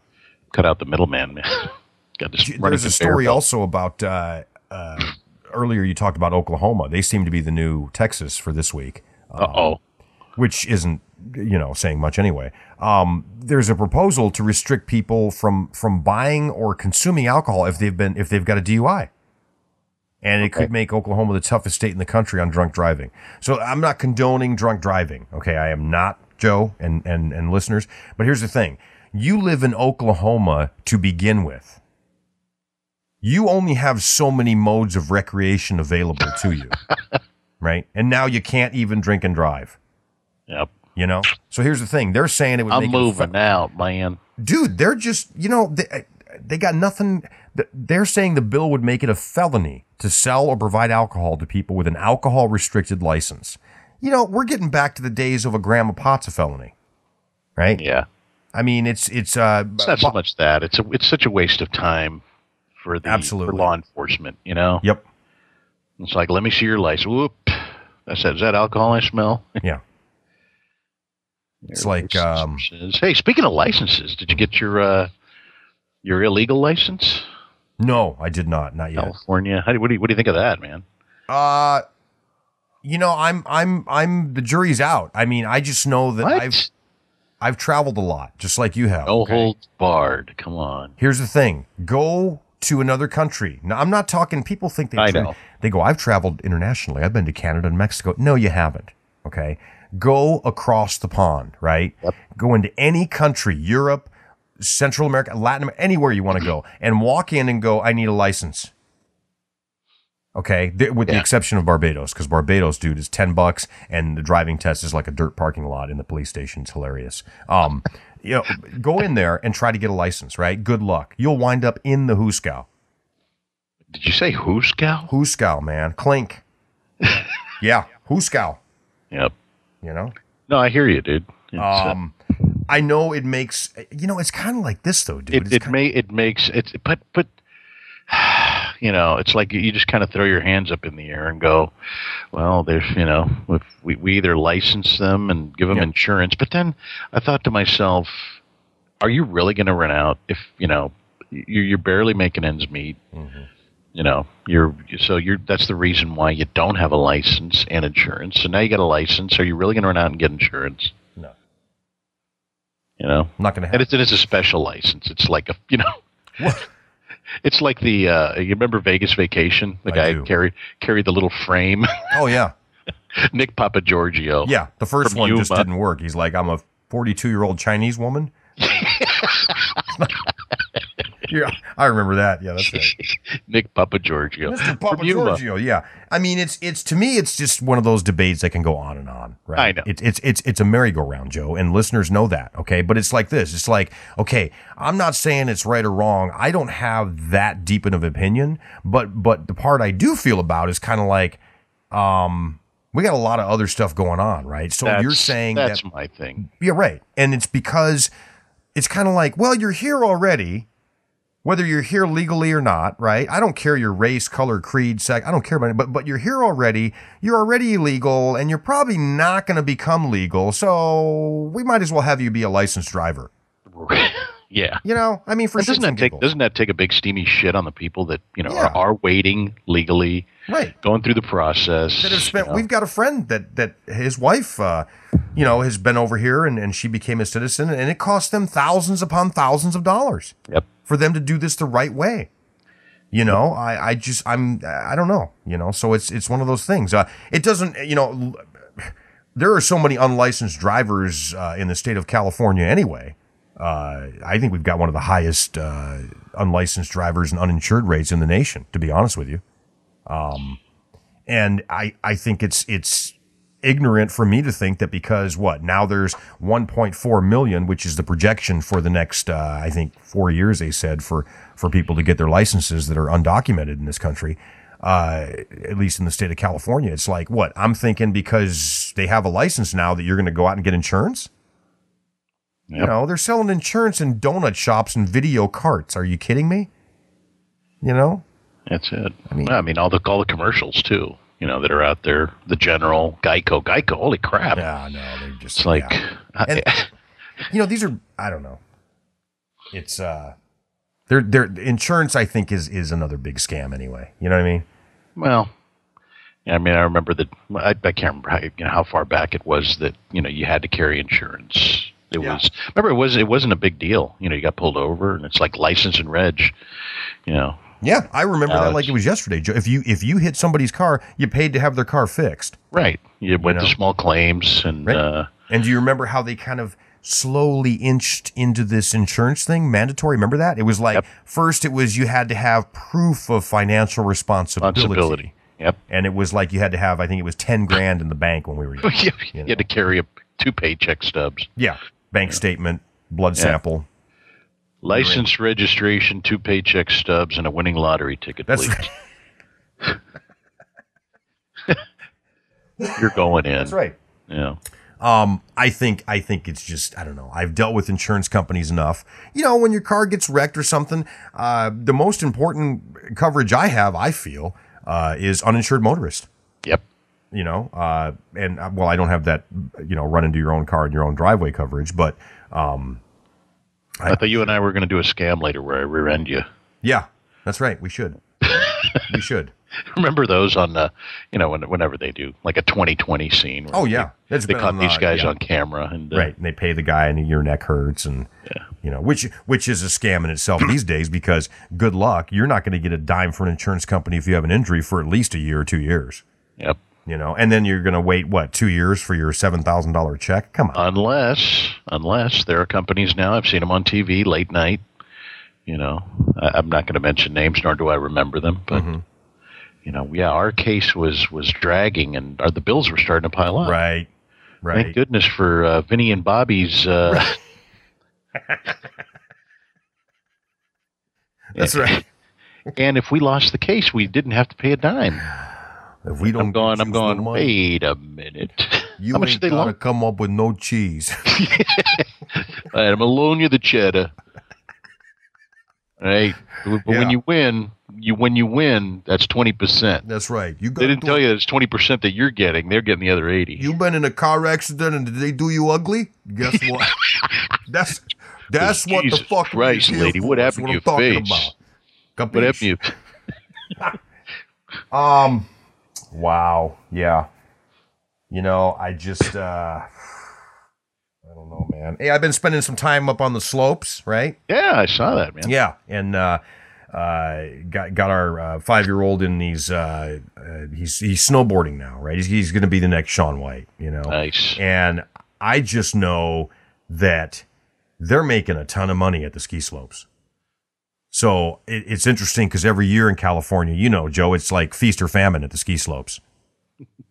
S1: cut out the middleman. man. Got this. running
S2: there's a
S1: conveyor
S2: story
S1: belt.
S2: also about uh, uh, earlier you talked about Oklahoma. They seem to be the new Texas for this week, uh,
S1: Uh-oh.
S2: which isn't you know saying much anyway. Um, there's a proposal to restrict people from from buying or consuming alcohol if they've been if they've got a DUI. And it could make Oklahoma the toughest state in the country on drunk driving. So I'm not condoning drunk driving. Okay, I am not Joe and and and listeners. But here's the thing: you live in Oklahoma to begin with you only have so many modes of recreation available to you, right? And now you can't even drink and drive.
S1: Yep.
S2: You know. So here's the thing: they're saying it would
S1: I'm
S2: make it
S1: moving out, man.
S2: fa- dude. They're just you know they, they got nothing. th- They're saying the bill would make it a felony to sell or provide alcohol to people with an alcohol restricted license. You know, we're getting back to the days of a gram of pot's a felony, right?
S1: Yeah.
S2: I mean, it's it's uh,
S1: It's not so much that. It's a, it's such a waste of time for the for
S2: Absolutely.
S1: law enforcement. You know,
S2: yep.
S1: it's like let me see your license. Whoop. I said, is that alcohol I smell?
S2: Yeah. It's like um,
S1: hey, speaking of licenses, did you get your uh, your illegal license?
S2: no, I did not, not yet.
S1: California. How do, what do you what do you think of that, man?
S2: Uh you know, I'm I'm I'm the jury's out. I mean, I just know that
S1: What?
S2: I've I've traveled a lot, just like you have.
S1: no holds barred. Come on.
S2: Here's the thing: go to another country. Now, I'm not talking. People think they
S1: I
S2: tra-
S1: know.
S2: they go. I've traveled internationally. I've been to Canada and Mexico. No, you haven't. Okay, go across the pond. Right. Go into any country, Europe, Central America, Latin America, anywhere you want to go, and walk in and go. I need a license. Okay, Th- with the
S1: Yeah.
S2: exception of Barbados, because Barbados, dude, is ten bucks, and the driving test is like a dirt parking lot in the police station. It's hilarious. Um, you know, go in there and try to get a license. Right? Good luck. You'll wind up in the Hooscow.
S1: Did you say Hooscow?
S2: Hooscow, man. Clink. yeah, Hooscow.
S1: Yep.
S2: You know.
S1: No, I hear you, dude. It's, uh,
S2: Um, I know it makes. You know, it's kind of like this though, dude.
S1: it
S2: It's
S1: it
S2: kin-
S1: may it makes it, but but you know, it's like you just kind of throw your hands up in the air and go, well, there's you know, if we we either license them and give them
S2: Yeah.
S1: insurance, but then I thought to myself, are you really going to run out if you know you're, you're barely making ends meet?
S2: Mm-hmm.
S1: You know, you're so you're that's the reason why you don't have a license and insurance. So now you got a license. Are you really going to run out and get insurance?
S2: No.
S1: You know,
S2: not going to
S1: and
S2: happen.
S1: it's, and it's a special license. It's like a you know, it's like the uh, you remember Vegas Vacation? The
S2: I
S1: guy
S2: do.
S1: who carried carried the little frame.
S2: Oh yeah,
S1: Nick Papa Giorgio.
S2: yeah. The first
S1: From
S2: one just
S1: Yuma.
S2: didn't work. He's like, I'm a 42 year old Chinese woman. yeah, I remember that. Yeah, that's right.
S1: Nick Papa Giorgio.
S2: Mr. Papa
S1: From Yuma.
S2: Giorgio, yeah. I mean, it's it's to me, it's just one of those debates that can go on and on, right?
S1: I know.
S2: It's it's it's it's a merry-go-round, Joe, and listeners know that, okay? But it's like this: it's like, okay, I'm not saying it's right or wrong. I don't have that deep of an opinion, but but the part I do feel about is kind of like, um, we got a lot of other stuff going on, right? So
S1: That's,
S2: you're saying
S1: that's
S2: that,
S1: my thing.
S2: yeah, right, and it's because it's kind of like, well, you're here already whether you're here legally or not, right? I don't care your race, color, creed, sex. I don't care about it, but but you're here already. You're already illegal, and you're probably not going to become legal. So we might as well have you be a licensed driver.
S1: yeah.
S2: You know, I mean, for
S1: And
S2: shits
S1: doesn't that
S2: and
S1: take
S2: giggles.
S1: doesn't that take a big steamy shit on the people that you know
S2: Yeah.
S1: are, are waiting legally,
S2: right?
S1: going through the process?
S2: That have
S1: you
S2: spent.
S1: know?
S2: We've got a friend that that his wife, uh, you know, has been over here, and and she became a citizen, and it cost them thousands upon thousands of dollars.
S1: Yep.
S2: for them to do this the right way. You know, I, I just I'm I don't know. You know, so it's it's one of those things. Uh, it doesn't. You know, l- there are so many unlicensed drivers uh, in the state of California anyway. Uh, I think we've got one of the highest uh, unlicensed drivers and uninsured rates in the nation. To be honest with you, um, and I I think it's it's ignorant for me to think that because what now there's 1.4 million which is the projection for the next uh, i think four years they said for for people to get their licenses that are undocumented in this country uh, at least in the state of california it's like what i'm thinking because they have a license now that you're going to go out and get insurance you
S1: Yep.
S2: know they're selling insurance in donut shops and video carts are you kidding me you know
S1: That's it. I mean, I mean all the all the commercials too. You know that are out there. The General, Geico, Geico. Holy crap!
S2: yeah no they're just
S1: It's like
S2: yeah. And- you know these are i don't know it's uh their their insurance i think is is another big scam anyway you know what i mean
S1: Well, yeah, I mean, I remember that. I, I can't remember how, you know, how far back it was that you know you had to carry insurance. It
S2: Yeah.
S1: was remember it was it wasn't a big deal. You know, you got pulled over, and it's like license and reg. You know,
S2: yeah i remember that
S1: Ouch.
S2: like it was yesterday Joe. if you if you hit somebody's car you paid to have their car fixed
S1: right? You went
S2: know.
S1: to small claims, and
S2: Right.
S1: uh,
S2: and do you remember how they kind of slowly inched into this insurance thing mandatory remember that it was like
S1: Yep.
S2: first it was you had to have proof of financial responsibility,
S1: responsibility. Yep.
S2: and it was like you had to have i think it was 10 grand in the bank when we were
S1: you, you
S2: You know.
S1: had to carry a, two paycheck stubs,
S2: yeah bank statement blood sample
S1: license registration, two paycheck stubs, and a winning lottery ticket.
S2: That's
S1: please. You're going in.
S2: that's right
S1: Yeah.
S2: Um, I think I think it's just I don't know. I've dealt with insurance companies enough. You know, when your car gets wrecked or something, uh, the most important coverage I have, I feel, uh, is uninsured motorist.
S1: Yep.
S2: you know, uh, and uh, well, I don't have that, you know, run into your own car in your own driveway coverage, but um,
S1: I, thought you and I were going to do a scam later where I rear end you.
S2: yeah, that's right. We should. we should.
S1: Remember those on, uh, you know, when, whenever they do like a 2020 scene. where
S2: Oh, yeah. That's
S1: they, they
S2: been
S1: caught
S2: on,
S1: these
S2: uh,
S1: guys
S2: yeah.
S1: on camera and uh,
S2: Right, and they pay the guy, and your neck hurts, and you know, which which is a scam in itself these days. Because good luck, you're not going to get a dime from an insurance company if you have an injury for at least a year or two years.
S1: Yep.
S2: You know, and then you're going to wait what two years for your seven thousand dollar check? Come on,
S1: Unless, unless there are companies now. I've seen them on TV late night. You know, I, I'm not going to mention names, nor do I remember them. But
S2: Mm-hmm.
S1: you know, yeah, our case was was dragging, and our, the bills were starting to pile up.
S2: right, right.
S1: Thank goodness for uh, Vinny and Bobby's. Uh,
S2: That's right.
S1: And if we lost the case, we didn't have to pay a dime.
S2: If we don't,
S1: I'm going. I'm
S2: use no
S1: going.
S2: money,
S1: Wait a minute.
S2: You
S1: How much
S2: ain't
S1: did they
S2: gotta
S1: loan?
S2: come up with no cheese.
S1: All right, I'm gonna loan you the cheddar. All right, but
S2: Yeah.
S1: when you win, you when you win, that's twenty percent.
S2: That's right. You
S1: They
S2: gotta
S1: didn't
S2: do
S1: tell
S2: it.
S1: you it's twenty percent that you're getting. They're getting the other eighty.
S2: You been in a car accident and did they do you ugly? Guess what? that's that's what the
S1: Jesus
S2: fuck. we're
S1: Christ,
S2: here
S1: lady,
S2: for.
S1: what
S2: That's
S1: happened
S2: what
S1: to
S2: I'm
S1: your
S2: talking
S1: face?
S2: about.
S1: what
S2: Capiche?
S1: happened? to you?
S2: Um. Wow. Yeah. You know, I just. uh I don't know, man. Hey, I've been spending some time up on the slopes, right?
S1: Yeah, I saw that, man.
S2: Yeah, and uh, uh, got got our uh, five year old in these. Uh, uh, he's he's snowboarding now, right? He's, he's going to be the next Sean White, you know.
S1: Nice.
S2: And I just know that they're making a ton of money at the ski slopes. So it, it's interesting because every year in California, you know, Joe, it's like feast or famine at the ski slopes.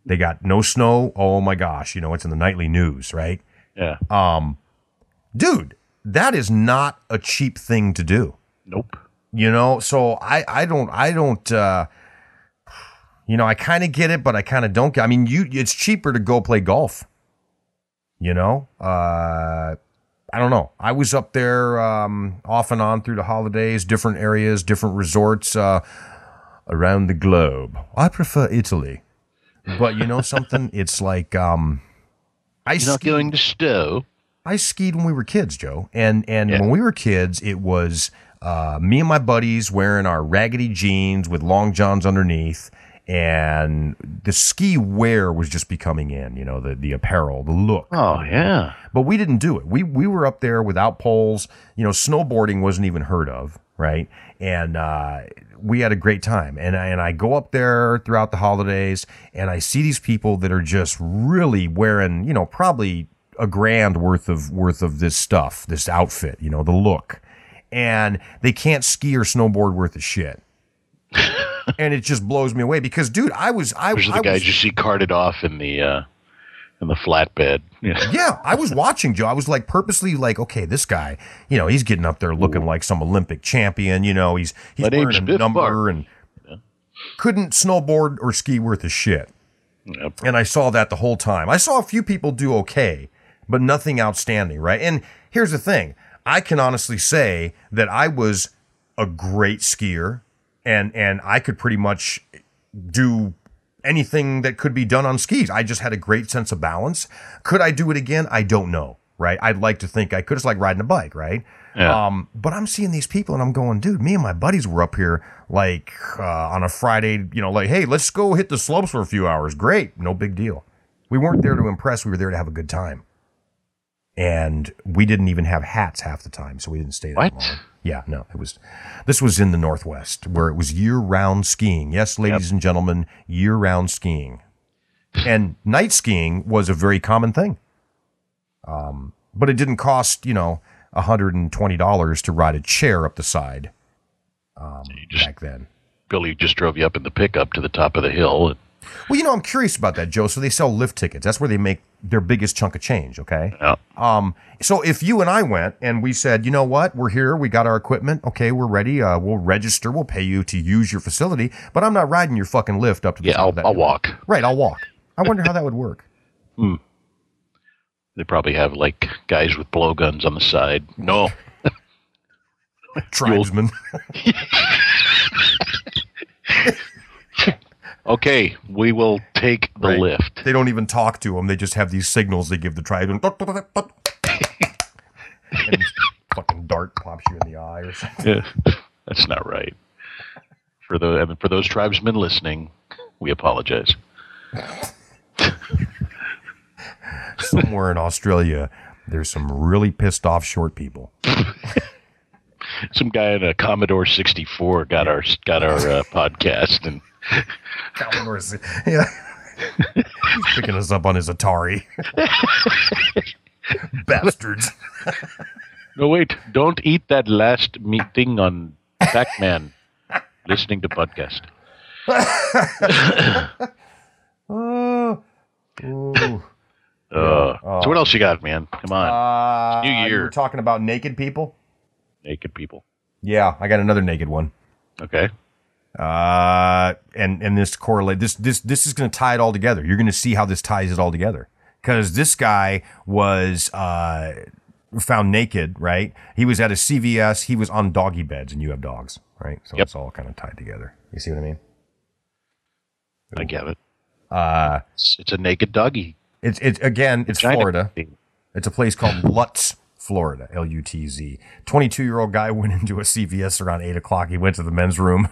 S2: They got no snow. Oh my gosh, you know, it's in the nightly news, right?
S1: Yeah.
S2: Um, dude, that is not a cheap thing to do
S1: Nope.
S2: you know so i i don't i don't uh you know i kind of get it but i kind of don't get i mean you it's cheaper to go play golf you know uh i don't know i was up there um off and on through the holidays different areas different resorts uh around the globe i prefer italy but you know something it's like um i
S1: You're not
S2: ski-
S1: going to stow.
S2: I skied when we were kids, Joe, and and
S1: Yeah.
S2: when we were kids, it was uh, me and my buddies wearing our raggedy jeans with long johns underneath, and the ski wear was just becoming in, you know, the the apparel, the look.
S1: Oh yeah.
S2: But we didn't do it. We we were up there without poles. You know, snowboarding wasn't even heard of, right? And uh, we had a great time. And I, and I go up there throughout the holidays, and I see these people that are just really wearing, you know, probably a grand worth of worth of this stuff, this outfit, you know, the look. And they can't ski or snowboard worth a shit. and it just blows me away because, dude, I was I,
S1: Those are the
S2: I was
S1: guys you see carted off in the uh, in the flatbed. Yeah.
S2: Yeah, I was watching Joe. I was like purposely like, okay, this guy, you know, he's getting up there looking like some Olympic champion. You know, he's he's
S1: My name's
S2: wearing a
S1: Biff
S2: number
S1: Buck.
S2: and couldn't snowboard or ski worth a shit.
S1: Yep.
S2: And I saw that the whole time. I saw a few people do okay, but nothing outstanding, right? And here's the thing: I can honestly say that I was a great skier, and and I could pretty much do anything that could be done on skis. I just had a great sense of balance. Could I do it again? I don't know, right? I'd like to think I could. It's like riding a bike, right?
S1: Yeah.
S2: Um, but I'm seeing these people and I'm going, dude, me and my buddies were up here like uh, on a Friday, you know, like, hey, let's go hit the slopes for a few hours. Great. No big deal. We weren't there to impress. We were there to have a good time. And we didn't even have hats half the time, so we didn't stay that
S1: What?
S2: long. Yeah, no, it was. This was in the Northwest where it was year-round skiing. Yes, ladies and gentlemen, year-round skiing, and night skiing was a very common thing. Um, but it didn't cost you know hundred and twenty dollars to ride a chair up the side um,
S1: You just,
S2: back then.
S1: Billy just drove you up in the pickup to the top of the hill. And,
S2: Well, you know, I'm curious about that, Joe. So they sell lift tickets. That's where they make their biggest chunk of change. Okay.
S1: yeah.
S2: Um, so if you and I went and we said, you know what, we're here, we got our equipment, okay, we're ready, uh, we'll register, we'll pay you to use your facility, but I'm not riding your fucking lift up to the
S1: yeah,
S2: top
S1: I'll,
S2: of that.
S1: I'll walk.
S2: Right, I'll walk. I wonder how that would work.
S1: They probably have like guys with blowguns on the side. No,
S2: Tribesman.
S1: Okay, we will take the
S2: Right.
S1: lift.
S2: They don't even talk to them. They just have these signals they give the tribe. And, and this fucking dart pops you in the eye or something.
S1: Yeah, that's not right. For those for those tribesmen listening, we apologize.
S2: Somewhere in Australia, there's some really pissed off short people.
S1: Some guy in a Commodore 64 got our got our uh, podcast, and
S2: Commodores. Yeah. He's picking us up on his Atari. Bastards.
S1: no wait, don't eat that last meat thing on Pac-Man. listening to podcast.
S2: Oh. Ooh.
S1: Uh, So what else you got, man? Come on,
S2: Oh. Uh,
S1: New
S2: you
S1: Year.
S2: were talking about naked people?
S1: naked people.
S2: Yeah, I got another naked one.
S1: Okay.
S2: Uh, and and this correlate this this this is going to tie it all together. You're going to see how this ties it all together because this guy was uh, found naked, right? He was at a CVS. He was on doggy beds, and you have dogs, right? So
S1: Yep.
S2: it's all kind of tied together. You see what I mean?
S1: I get it.
S2: Uh,
S1: It's, it's a naked doggy.
S2: it's it's again, it's
S1: Vagina
S2: Florida.
S1: thing.
S2: It's a place called Lutz, Florida, L U T Z. 22 year old guy went into a CVS around 8 o'clock. He went to the men's room,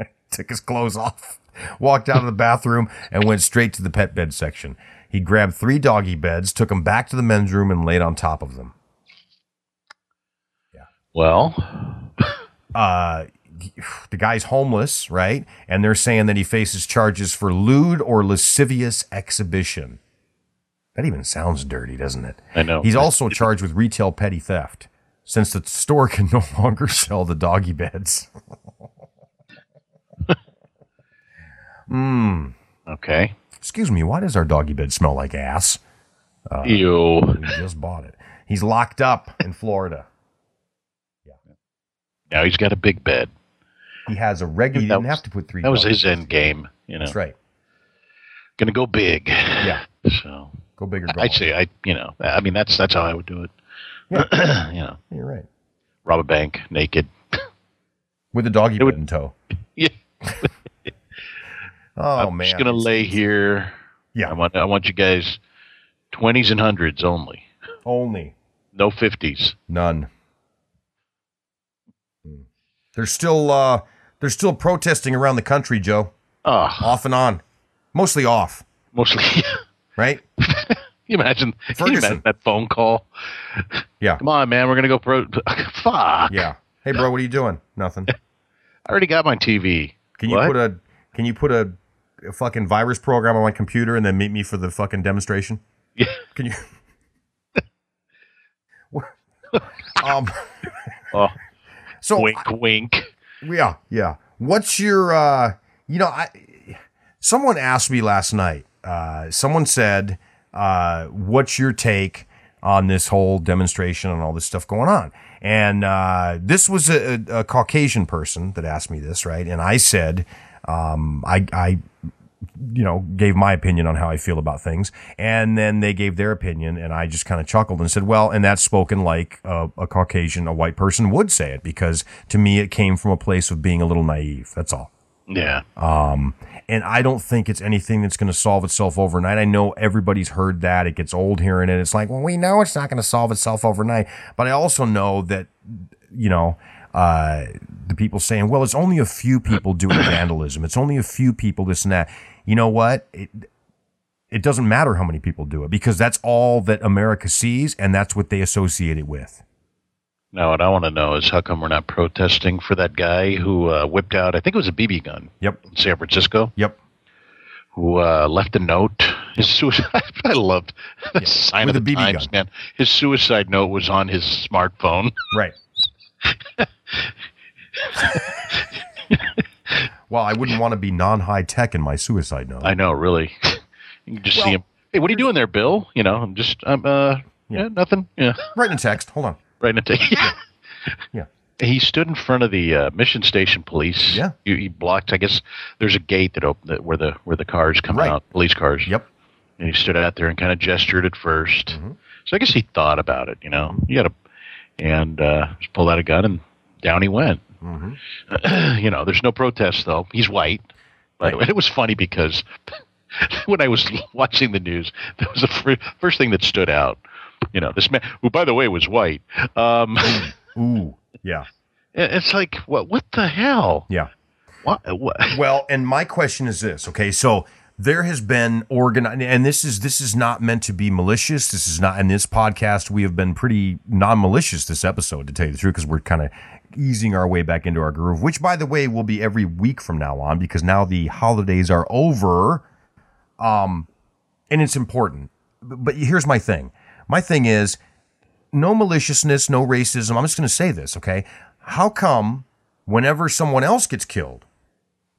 S2: took his clothes off, walked out of the bathroom, and went straight to the pet bed section. He grabbed three doggy beds, took them back to the men's room, and laid on top of them.
S1: Well,
S2: Uh, the guy's homeless, right? And they're saying that he faces charges for lewd or lascivious exhibition. That even sounds dirty, doesn't it?
S1: I know.
S2: He's also charged with retail petty theft since the store can no longer sell the doggy beds. Mmm.
S1: okay.
S2: Excuse me, why does our doggy bed smell like ass?
S1: Ew.
S2: We just bought it. He's locked up in Florida.
S1: Now he's got a big bed.
S2: He has a regular. He
S1: That
S2: didn't
S1: was-
S2: have to put three.
S1: That was
S2: doggy
S1: his
S2: beds.
S1: end game. You know,
S2: That's right.
S1: gonna go big.
S2: Yeah.
S1: So
S2: Go bigger.
S1: I'd say I, you know, I mean that's that's how I would do it. you know,
S2: You're right.
S1: rob a bank naked.
S2: With a doggy
S1: It would-
S2: bed in tow.
S1: Yeah.
S2: Oh
S1: I'm
S2: man.
S1: just gonna lay here.
S2: Yeah.
S1: I want I want you guys twenties and hundreds only.
S2: Only
S1: No fifties.
S2: None. Hmm. They're still uh, they're still protesting around the country, Joe,
S1: Ah,
S2: off and on, mostly off,
S1: mostly.
S2: right?
S1: you imagine, can you
S2: Ferguson.
S1: imagine that phone call?
S2: Yeah.
S1: Come on, man. We're gonna go pro. Fuck.
S2: Yeah. Hey, bro, what are you doing? Nothing.
S1: I already got my TV.
S2: Can you
S1: What?
S2: put a Can you put a, a fucking virus program on my computer and then meet me for the fucking demonstration?
S1: Yeah.
S2: Can you? What- um.
S1: Oh,
S2: So
S1: wink, wink.
S2: Yeah, yeah. What's your uh you know, I someone asked me last night. Uh someone said, uh what's your take on this whole demonstration and all this stuff going on? And uh this was a, a, a Caucasian person that asked me this, right? And I said, um I I you know, gave my opinion on how I feel about things. And then they gave their opinion, and I just kind of chuckled and said, Well, and that's spoken like a, a Caucasian, a white person would say it, because to me, it came from a place of being a little naive. That's all.
S1: Yeah.
S2: Um, and I don't think it's anything that's going to solve itself overnight. I know everybody's heard that. It gets old hearing it. It's like, well, we know it's not going to solve itself overnight. But I also know that, you know, uh, the people saying, well, it's only a few people doing vandalism. It's only a few people this and that. You know what? It, it doesn't matter how many people do it because that's all that America sees and that's what they associate it with.
S1: Now, what I want to know is how come we're not protesting for that guy who uh, whipped out, I think it was a BB gun
S2: Yep.
S1: in San Francisco,
S2: Yep.
S1: who uh, left a note. His suicide, I loved the sign
S2: With
S1: of
S2: a
S1: the
S2: BB
S1: times,
S2: gun.
S1: man. His suicide note was on his smartphone.
S2: Right. well, I wouldn't want to be non high tech in my suicide note.
S1: I know, really. you can just see
S2: Well-
S1: him. Hey, what are you doing there, Bill? You know, I'm just, I'm, uh, yeah, nothing. Yeah,
S2: Write in a text. Hold on.
S1: right in the
S2: Yeah.
S1: He stood in front of the uh, mission station police.
S2: Yeah.
S1: he, he blocked. I guess there's a gate that opened that, where the where the cars come
S2: Right.
S1: out, police cars.
S2: Yep. Mm-hmm.
S1: and he stood out there and kind of gestured at 1st So I guess he thought about it, you know. He had a and uh, just pulled out a gun and down he went.
S2: Mm-hmm.
S1: you know, there's no protest though. He's white. Anyway, it was funny because when I was watching the news, that was the fir- first thing that stood out. You know, this man, who by the way was white. Um,
S2: Ooh, yeah,
S1: it- it's like what? What the hell?
S2: yeah.
S1: What? what?
S2: Well, and my question is this, okay? So there has been organized, and this is this is not meant to be malicious. This is not in this podcast. We have been pretty non-malicious this episode, to tell you the truth, because we're kind of easing our way back into our groove. Which, by the way, will be every week from now on, because now the holidays are over, um, and it's important. But, but here's my thing. My thing is no maliciousness, no racism. I'm just going to say this, okay? How come whenever someone else gets killed?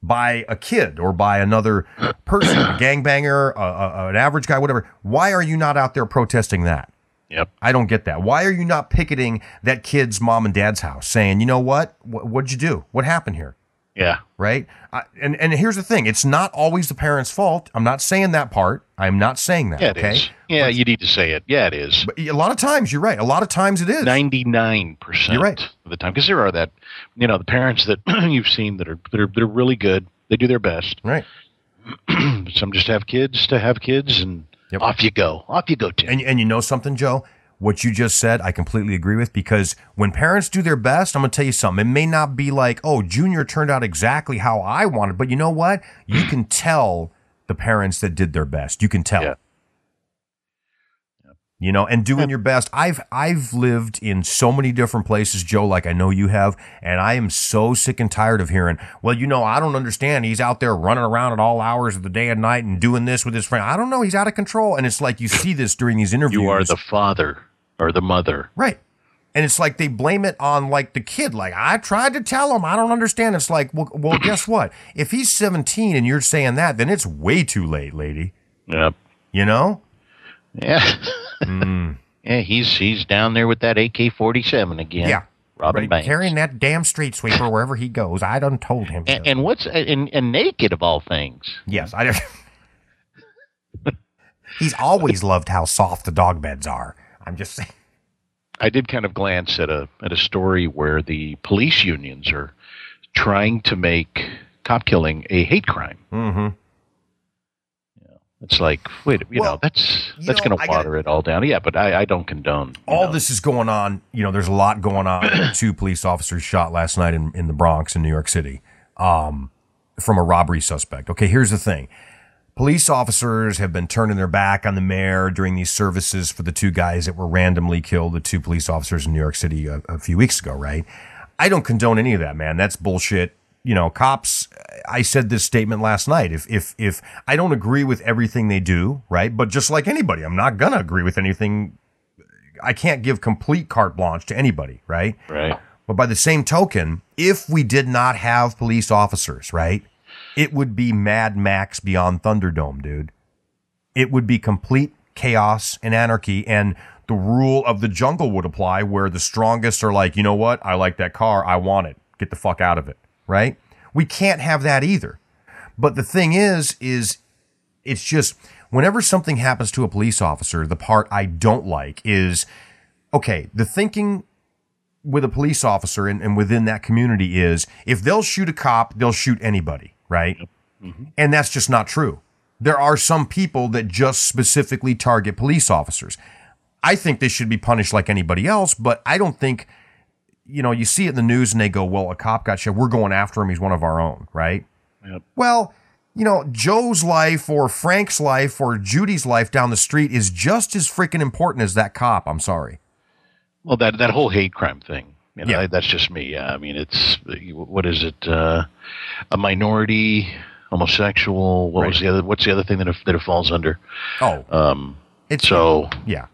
S2: by a kid or by another person, a gangbanger, a, a, an average guy, whatever. Why are you not out there protesting that?
S1: Yep.
S2: I don't get that. Why are you not picketing that kid's mom and dad's house saying, you know what? What what'd you do? What happened here?
S1: Yeah.
S2: right? I, and and here's the thing: it's not always the parents' fault. I'm not saying that part. I'm not saying that.
S1: Yeah. It is.
S2: okay.
S1: Yeah. you need to say it. Yeah, it is.
S2: But a lot of times, you're right. A lot of times, it is.
S1: Ninety-nine percent
S2: You're right.
S1: of the time, because there are that, you know, the parents that you've seen that are that are they're really good. They do their best.
S2: Right.
S1: Some just have kids to have kids, and
S2: Yep.
S1: off you go. Off you go, Tim.
S2: And and you know something, Joe? What you just said, I completely agree with because when parents do their best, I'm going to tell you something. It may not be like, oh, Junior turned out exactly how I wanted, but you know what? You can tell the parents that did their best. You can tell.
S1: Yeah.
S2: You know, and doing your best. I've I've lived in so many different places, Joe, like I know you have, and I am so sick and tired of hearing, well, you know, I don't understand. He's out there running around at all hours of the day and night and doing this with his friend. I don't know, he's out of control. And it's like you see this during these interviews.
S1: you are the father or the mother.
S2: Right. And it's like they blame it on like the kid. Like I tried to tell him, I don't understand. It's like, well, well, guess what? If he's 17 and you're saying that, then it's way too late, lady.
S1: Yep.
S2: You know?
S1: Yeah.
S2: Mm.
S1: yeah, he's he's down there with that AK forty seven again.
S2: Yeah.
S1: Robin
S2: Right.
S1: Banks.
S2: Carrying that damn street sweeper wherever he goes. I done told him.
S1: and,
S2: so.
S1: and what's and, and naked of all things?
S2: yes, I. he's always loved how soft the dog beds are. I'm just saying.
S1: I did kind of glance at a at a story where the police unions are trying to make cop killing a hate crime.
S2: Mm-hmm.
S1: It's like, wait, you
S2: Well,
S1: know, that's
S2: you
S1: that's
S2: know,
S1: going
S2: I
S1: to
S2: gotta-
S1: water it all down. Yeah, but I, I don't condone you
S2: all
S1: know.
S2: this is going on. You know, there's a lot going on. Two police officers shot last night in, in the Bronx in New York City um, from a robbery suspect. Okay, here's the thing. Police officers have been turning their back on the mayor during these services for the two guys that were randomly killed, the two police officers in New York City a, a few weeks ago, right? I don't condone any of that, man. That's bullshit. You know, cops, I said this statement last night. If, if, if I don't agree with everything they do, right? But just like anybody, I'm not going to agree with anything I can't give complete carte blanche to anybody, right?
S1: Right.
S2: But by the same token, if we did not have police officers, right, it would be Mad Max beyond Thunderdome, dude. It would be complete chaos and anarchy, and the rule of the jungle would apply where the strongest are like, you know what? I like that car. I want it. Get the fuck out of it, right? We can't have that either. But the thing is, is it's just whenever something happens to a police officer, the part I don't like is okay, the thinking with a police officer and, and within that community is if they'll shoot a cop, they'll shoot anybody, right? And that's just not true. There are some people that just specifically target police officers. I think they should be punished like anybody else, but I don't think, you know, you see it in the news and they go, well, a cop got shot. We're going after him. He's one of our own, right?
S1: Yep.
S2: Well, you know, Joe's life or Frank's life or Judy's life down the street is just as freaking important as that cop. I'm sorry.
S1: Well, that that whole hate crime thing. You know,
S2: Yeah.
S1: that's just me. Yeah, I mean, it's what is it? Uh, a minority, homosexual. What was the other? What's the other thing that it, that it falls under?
S2: Oh,
S1: Um,
S2: it's
S1: so
S2: yeah.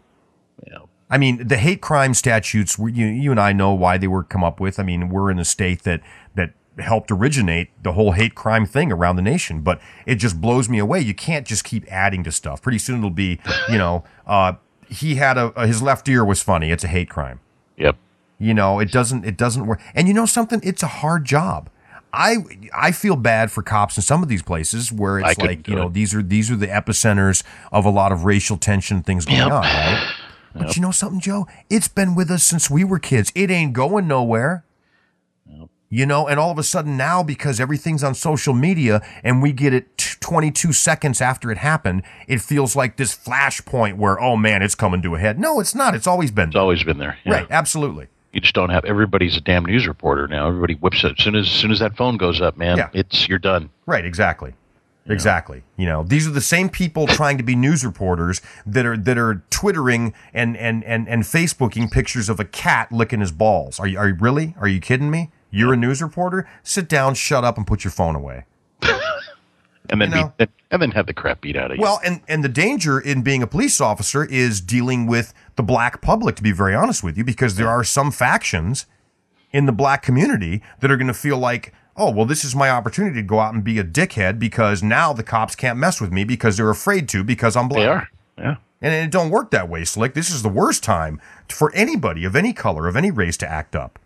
S1: Yeah.
S2: I mean, the hate crime statutes. we- You, you and I know why they were come up with. I mean, we're in a state that that helped originate the whole hate crime thing around the nation. But it just blows me away. You can't just keep adding to stuff. Pretty soon it'll be, you know, uh, he had a his left ear was funny. It's a hate crime.
S1: yep.
S2: You know, it doesn't it doesn't work. And you know something? It's a hard job. I I feel bad for cops in some of these places where
S1: I
S2: it's
S1: couldn't
S2: like,
S1: do
S2: you know,
S1: it.
S2: these are these are the epicenters of a lot of racial tension things going
S1: Yep.
S2: on, right? But you know something, Joe? It's been with us since we were kids. It ain't going nowhere. you know, and all of a sudden now because everything's on social media and we get it t- 22 seconds after it happened, it feels like this flashpoint where, oh man, it's coming to a head. No, it's not. It's always been
S1: It's always been there. yeah.
S2: Right, absolutely.
S1: You just don't have everybody's a damn news reporter now. Everybody whips it as soon as, as soon as that phone goes up, man.
S2: Yeah.
S1: It's you're done.
S2: Right, exactly. Exactly. You know, these are the same people trying to be news reporters that are that are twittering and and and and facebooking pictures of a cat licking his balls. Are you are you really? Are you kidding me? You're a news reporter? Sit down, shut up and put your phone away.
S1: And then
S2: You know-
S1: be, and then have the crap beat out of you.
S2: Well, and and the danger in being a police officer is dealing with the black public. To be very honest with you, because there are some factions in the black community that are going to feel like, oh, well, this is my opportunity to go out and be a dickhead because now the cops can't mess with me because they're afraid to because I'm black.
S1: they are. Yeah.
S2: And it don't work that way, Slick. This is the worst time for anybody of any color, of any race to act up.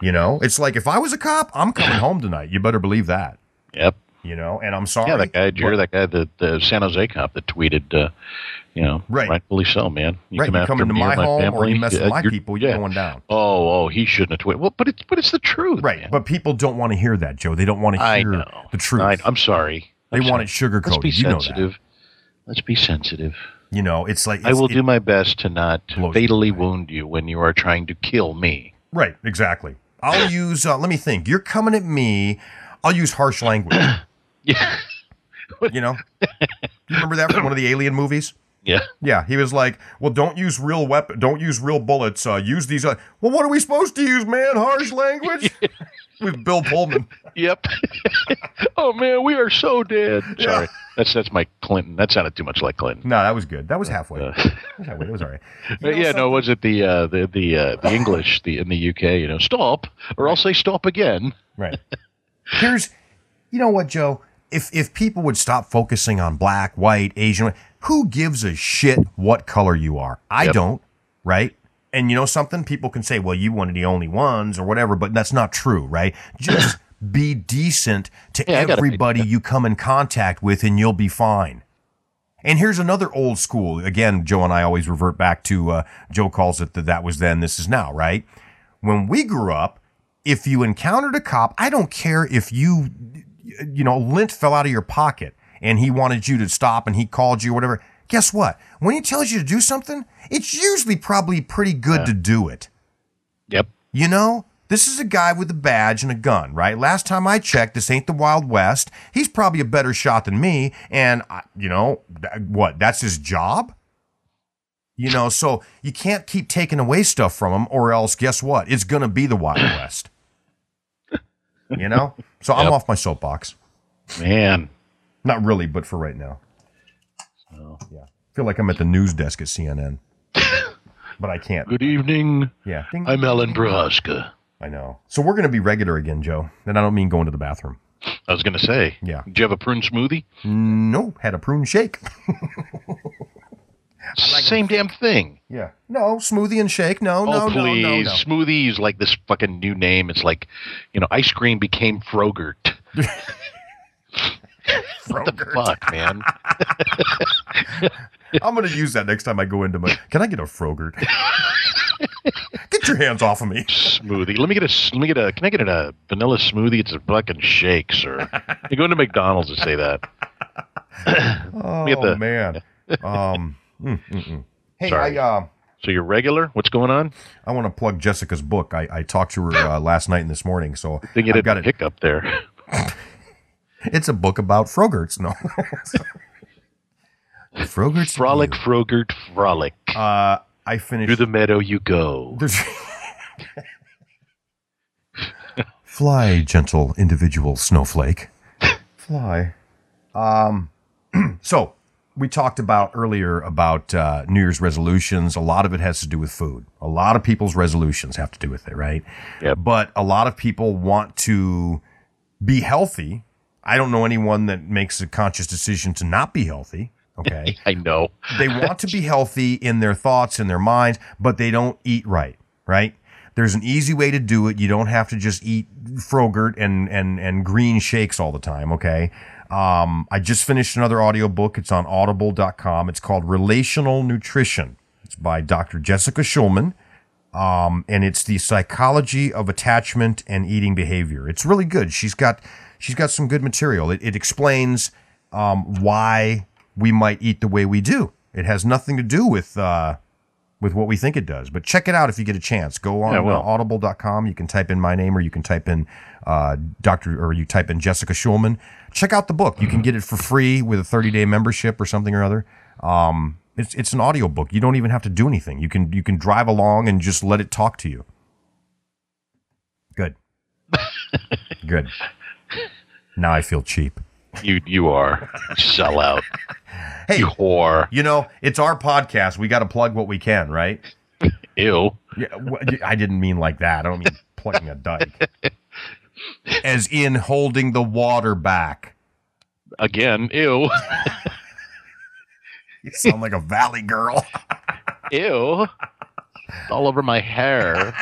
S2: You know, it's like if I was a cop, I'm coming home tonight. You better believe that.
S1: Yep.
S2: You know, and I'm sorry.
S1: Yeah, that guy, Jer,
S2: but-
S1: that guy, the, the San Jose cop that tweeted, uh, you know,
S2: Right.
S1: rightfully so, man. You
S2: Right, you come
S1: after
S2: into
S1: me
S2: my home or
S1: family,
S2: you mess with my
S1: you're-
S2: people, you're going down.
S1: Oh, oh, he shouldn't have tweeted. Well, but it's but it's the truth,
S2: Right,
S1: man.
S2: but people don't want to hear that, Joe. They don't want to
S1: I
S2: hear
S1: know
S2: the truth.
S1: I, am sorry.
S2: they
S1: I'm
S2: want it
S1: sorry.
S2: sugarcoated.
S1: Let's be
S2: you know
S1: sensitive. Let's be sensitive.
S2: that. You know, it's like
S1: I will
S2: it's-
S1: do my best to not
S2: blows me
S1: fatally wound you when you are trying to kill me.
S2: it- Right, exactly. I'll use. Uh, let me think. You're coming at me. I'll use harsh language.
S1: Yeah,
S2: You know, you remember that from one of the Alien movies?
S1: yeah.
S2: Yeah, he was like, "Well, don't use real weapon. Don't use real bullets. Uh, use these." Uh, well, what are we supposed to use, man? Harsh language with Bill Pullman.
S1: Yep. oh man, we are so dead.
S2: Yeah.
S1: Sorry, that's that's my Clinton. That sounded too much like Clinton.
S2: No, that was good. That was halfway.
S1: Uh,
S2: That was halfway. That was all right.
S1: Uh,
S2: You know
S1: yeah,
S2: something?
S1: no, was it the uh, the the uh, the English the in the UK? You know, stop, or I'll say stop again.
S2: Right. Here's, you know what, Joe? If if people would stop focusing on black, white, Asian, who gives a shit what color you are? I
S1: Yep.
S2: don't, right? And you know something? People can say, "Well, you one of the only ones," or whatever, but that's not true, right? Just be decent to
S1: Yeah, I gotta be-
S2: everybody you come in contact with, and you'll be fine. And here's another old school. Again, Joe and I always revert back to uh, Joe calls it the that was then, this is now, right? When we grew up, if you encountered a cop, I don't care if you, you know, lint fell out of your pocket and he wanted you to stop and he called you or whatever. Guess what? When he tells you to do something, it's usually probably pretty good to do it.
S1: Yep.
S2: You know, this is a guy with a badge and a gun, right? Last time I checked, this ain't the Wild West. He's probably a better shot than me. And, I, you know, th- what? That's his job? You know, so you can't keep taking away stuff from him, or else, guess what? It's going to be the Wild West. You know? So I'm
S1: Yep.
S2: off my soapbox.
S1: Man,
S2: Not really, but for right now.
S1: Oh.
S2: Yeah. feel like I'm at the news desk at CNN, but I can't.
S1: good evening.
S2: Yeah. Ding.
S1: I'm Alan Prohaska.
S2: I know. So we're going to be regular again, Joe. And I don't mean going to the bathroom.
S1: I was gonna say.
S2: Yeah.
S1: Do you have a prune smoothie?
S2: No, had a prune shake.
S1: Same damn thing.
S2: Yeah. No, smoothie and shake. No,
S1: oh
S2: no, no,
S1: please,
S2: no, no.
S1: smoothie is like this fucking new name. It's like, you know, ice cream became Frogurt. What the
S2: Frogurt.
S1: fuck, man?
S2: I'm going to use that next time I go into my. Can I get a Frogurt? get your hands off of me.
S1: smoothie. Let me get a. Let me get a. Can I get a vanilla smoothie? It's a fucking shake, sir. you go into McDonald's and say that.
S2: Oh,
S1: get the-
S2: man. Um, mm, mm, mm. Hey,
S1: Sorry.
S2: I. Uh,
S1: So you're regular. What's going on?
S2: I want to plug Jessica's book. I, I talked to her uh, last night and this morning, so
S1: They get
S2: I've
S1: it
S2: got
S1: got
S2: it.
S1: pick up there.
S2: It's a book about Frogerts. No, Frogerts.
S1: Frolic, frogert, frolic.
S2: Uh, I
S1: Through
S2: finished.
S1: the meadow you go.
S2: There's- Fly, gentle individual snowflake. Fly. Um, so we talked about earlier about uh, New Year's resolutions. A lot of it has to do with food. A lot of people's resolutions have to do with it, right?
S1: Yep.
S2: But a lot of people want to be healthy. I don't know anyone that makes a conscious decision to not be healthy. Okay
S1: I know.
S2: they want to be healthy in their thoughts in their minds but they don't eat right right there's an easy way to do it you don't have to just eat frogurt and and and green shakes all the time okay um, i just finished another audiobook it's on audible.com it's called relational nutrition it's by dr jessica schulman um, and it's the psychology of attachment and eating behavior. It's really good. She's got she's got some good material. It, it explains um, why we might eat the way we do. It has nothing to do with uh, with what we think it does. But check it out if you get a chance. Go on
S1: Yeah, I will.
S2: uh, audible.com. You can type in my name or you can type in uh, Dr. or you type in Jessica Schulman. Check out the book. You
S1: Mm-hmm.
S2: can get it for free with a 30 day membership or something or other. Um, it's, it's an audiobook. You don't even have to do anything. You can you can drive along and just let it talk to you. Good. Good. Now I feel cheap.
S1: You you are sellout.
S2: Hey.
S1: you whore.
S2: You know, it's our podcast. We got to plug what we can, right?
S1: Ew.
S2: Yeah, wh- y- I didn't mean like that. I don't mean plugging a dike. As in holding the water back.
S1: Again. Ew.
S2: You sound like a valley girl.
S1: Ew. All over my hair.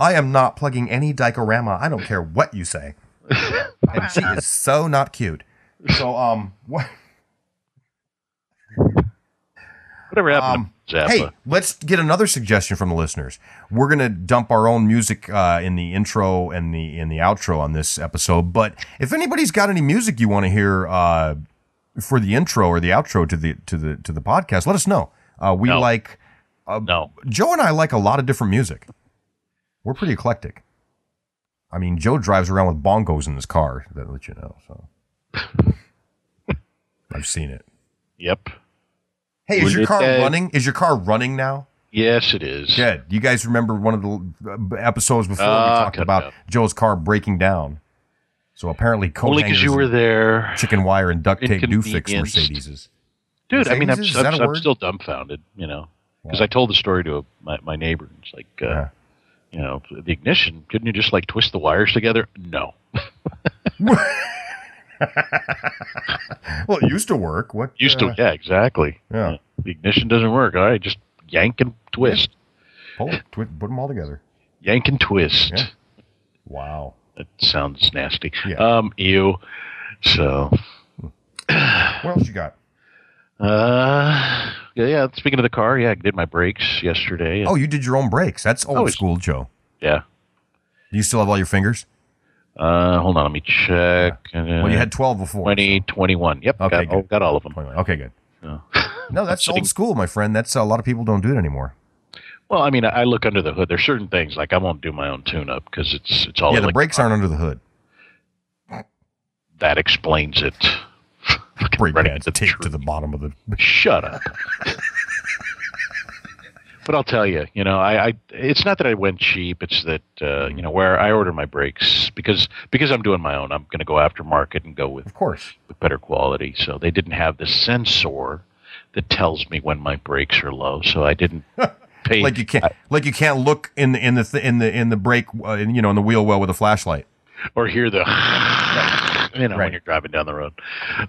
S2: I am not plugging any dikorama. I don't care what you say. And she is so not cute. So um what
S1: Whatever happened
S2: Um,
S1: to Zappa?
S2: Hey, let's get another suggestion from the listeners. We're gonna dump our own music uh, in the intro and the in the outro on this episode. But if anybody's got any music you want to hear uh, for the intro or the outro to the to the to the podcast, let us know. Uh, we
S1: No.
S2: like
S1: no.
S2: Joe and I like a lot of different music. We're pretty eclectic. I mean, Joe drives around with bongos in his car. That let you know. So I've seen it.
S1: Yep.
S2: Hey, is
S1: Would uh,
S2: your
S1: you
S2: car
S1: say-
S2: running? Is your car running now?
S1: Yes, it is.
S2: Good. You guys remember one of the uh, episodes before we
S1: Ah,
S2: talked
S1: cut it
S2: about
S1: out.
S2: Joe's car breaking down. So apparently, coat
S1: Only because
S2: hangers
S1: you were
S2: and
S1: there,
S2: chicken wire and duct tape do fix
S1: Inconvenienced.
S2: Mercedeses.
S1: dude. I mean, I'm,
S2: Mercedes, is that a
S1: I'm, I'm
S2: word?
S1: still dumbfounded. You know, because
S2: Yeah.
S1: I told the story to a, my my neighbor. and It's like, uh,
S2: Yeah.
S1: you know, the ignition. Couldn't you just like twist the wires together? No.
S2: Well, it used to work. What
S1: Used to.
S2: uh,
S1: Yeah, exactly.
S2: Yeah.
S1: The ignition doesn't work. All right, just yank and twist.
S2: Pull it, twi- put them all together.
S1: Yank and twist.
S2: Yeah. Wow.
S1: That sounds nasty.
S2: Yeah.
S1: Um, ew. So,
S2: What else you got?
S1: uh, yeah, yeah. Speaking of the car, yeah, I did my brakes yesterday. and-
S2: Oh, you did your own brakes. That's old
S1: Oh, it's-
S2: school, Joe.
S1: yeah.
S2: Do you still have all your fingers?
S1: Uh, hold on, let me check.
S2: Oh. Well, you had twelve before.
S1: 20, 21. Yep,
S2: Okay,
S1: got, oh,
S2: good.
S1: got all of them.
S2: 21. Okay, good.
S1: Yeah.
S2: No, that's
S1: Sitting-
S2: old school, my friend. That's a lot of people don't do it anymore.
S1: Well, I mean, I I look under the hood. There's certain things like I won't do my own tune-up because it's it's all
S2: yeah, the
S1: elec-
S2: brakes aren't under the hood.
S1: that explains it. Fucking
S2: Brake
S1: running
S2: pads
S1: into the
S2: taped to
S1: tree.
S2: the bottom of the
S1: Shut up. but I'll tell you, you know, I, I it's not that I went cheap. It's that uh, you know where I order my brakes because because I'm doing my own. I'm going to go aftermarket and go with
S2: Of course.
S1: with better quality. So they didn't have the sensor that tells me when my brakes are low. So I didn't pay.
S2: Like you can't, like you can't look in the in the th- in the in the brake, uh, in, you know, in the wheel well with a flashlight.
S1: or hear the you know
S2: Right.
S1: when you're driving down the road.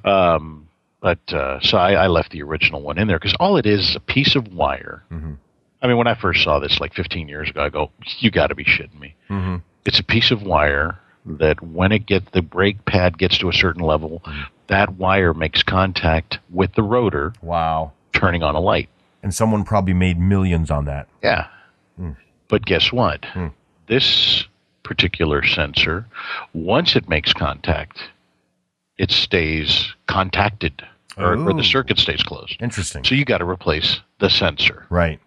S1: Um, but uh, so I, I left the original one in there because all it is is a piece of wire.
S2: Mhm.
S1: I mean, when I first saw this like 15 years ago, I go, "You got to be shitting me!"
S2: Mm-hmm.
S1: It's a piece of wire that when it get the brake pad gets to a certain level,
S2: Mm-hmm.
S1: that wire makes contact with the rotor,
S2: Wow.
S1: turning on a light.
S2: And someone probably made millions on that.
S1: Yeah.
S2: Hmm.
S1: But guess what?
S2: Hmm.
S1: This particular sensor, once it makes contact, it stays contacted or, or
S2: Ooh.
S1: the circuit stays closed.
S2: Interesting.
S1: So you got to replace the sensor.
S2: Right.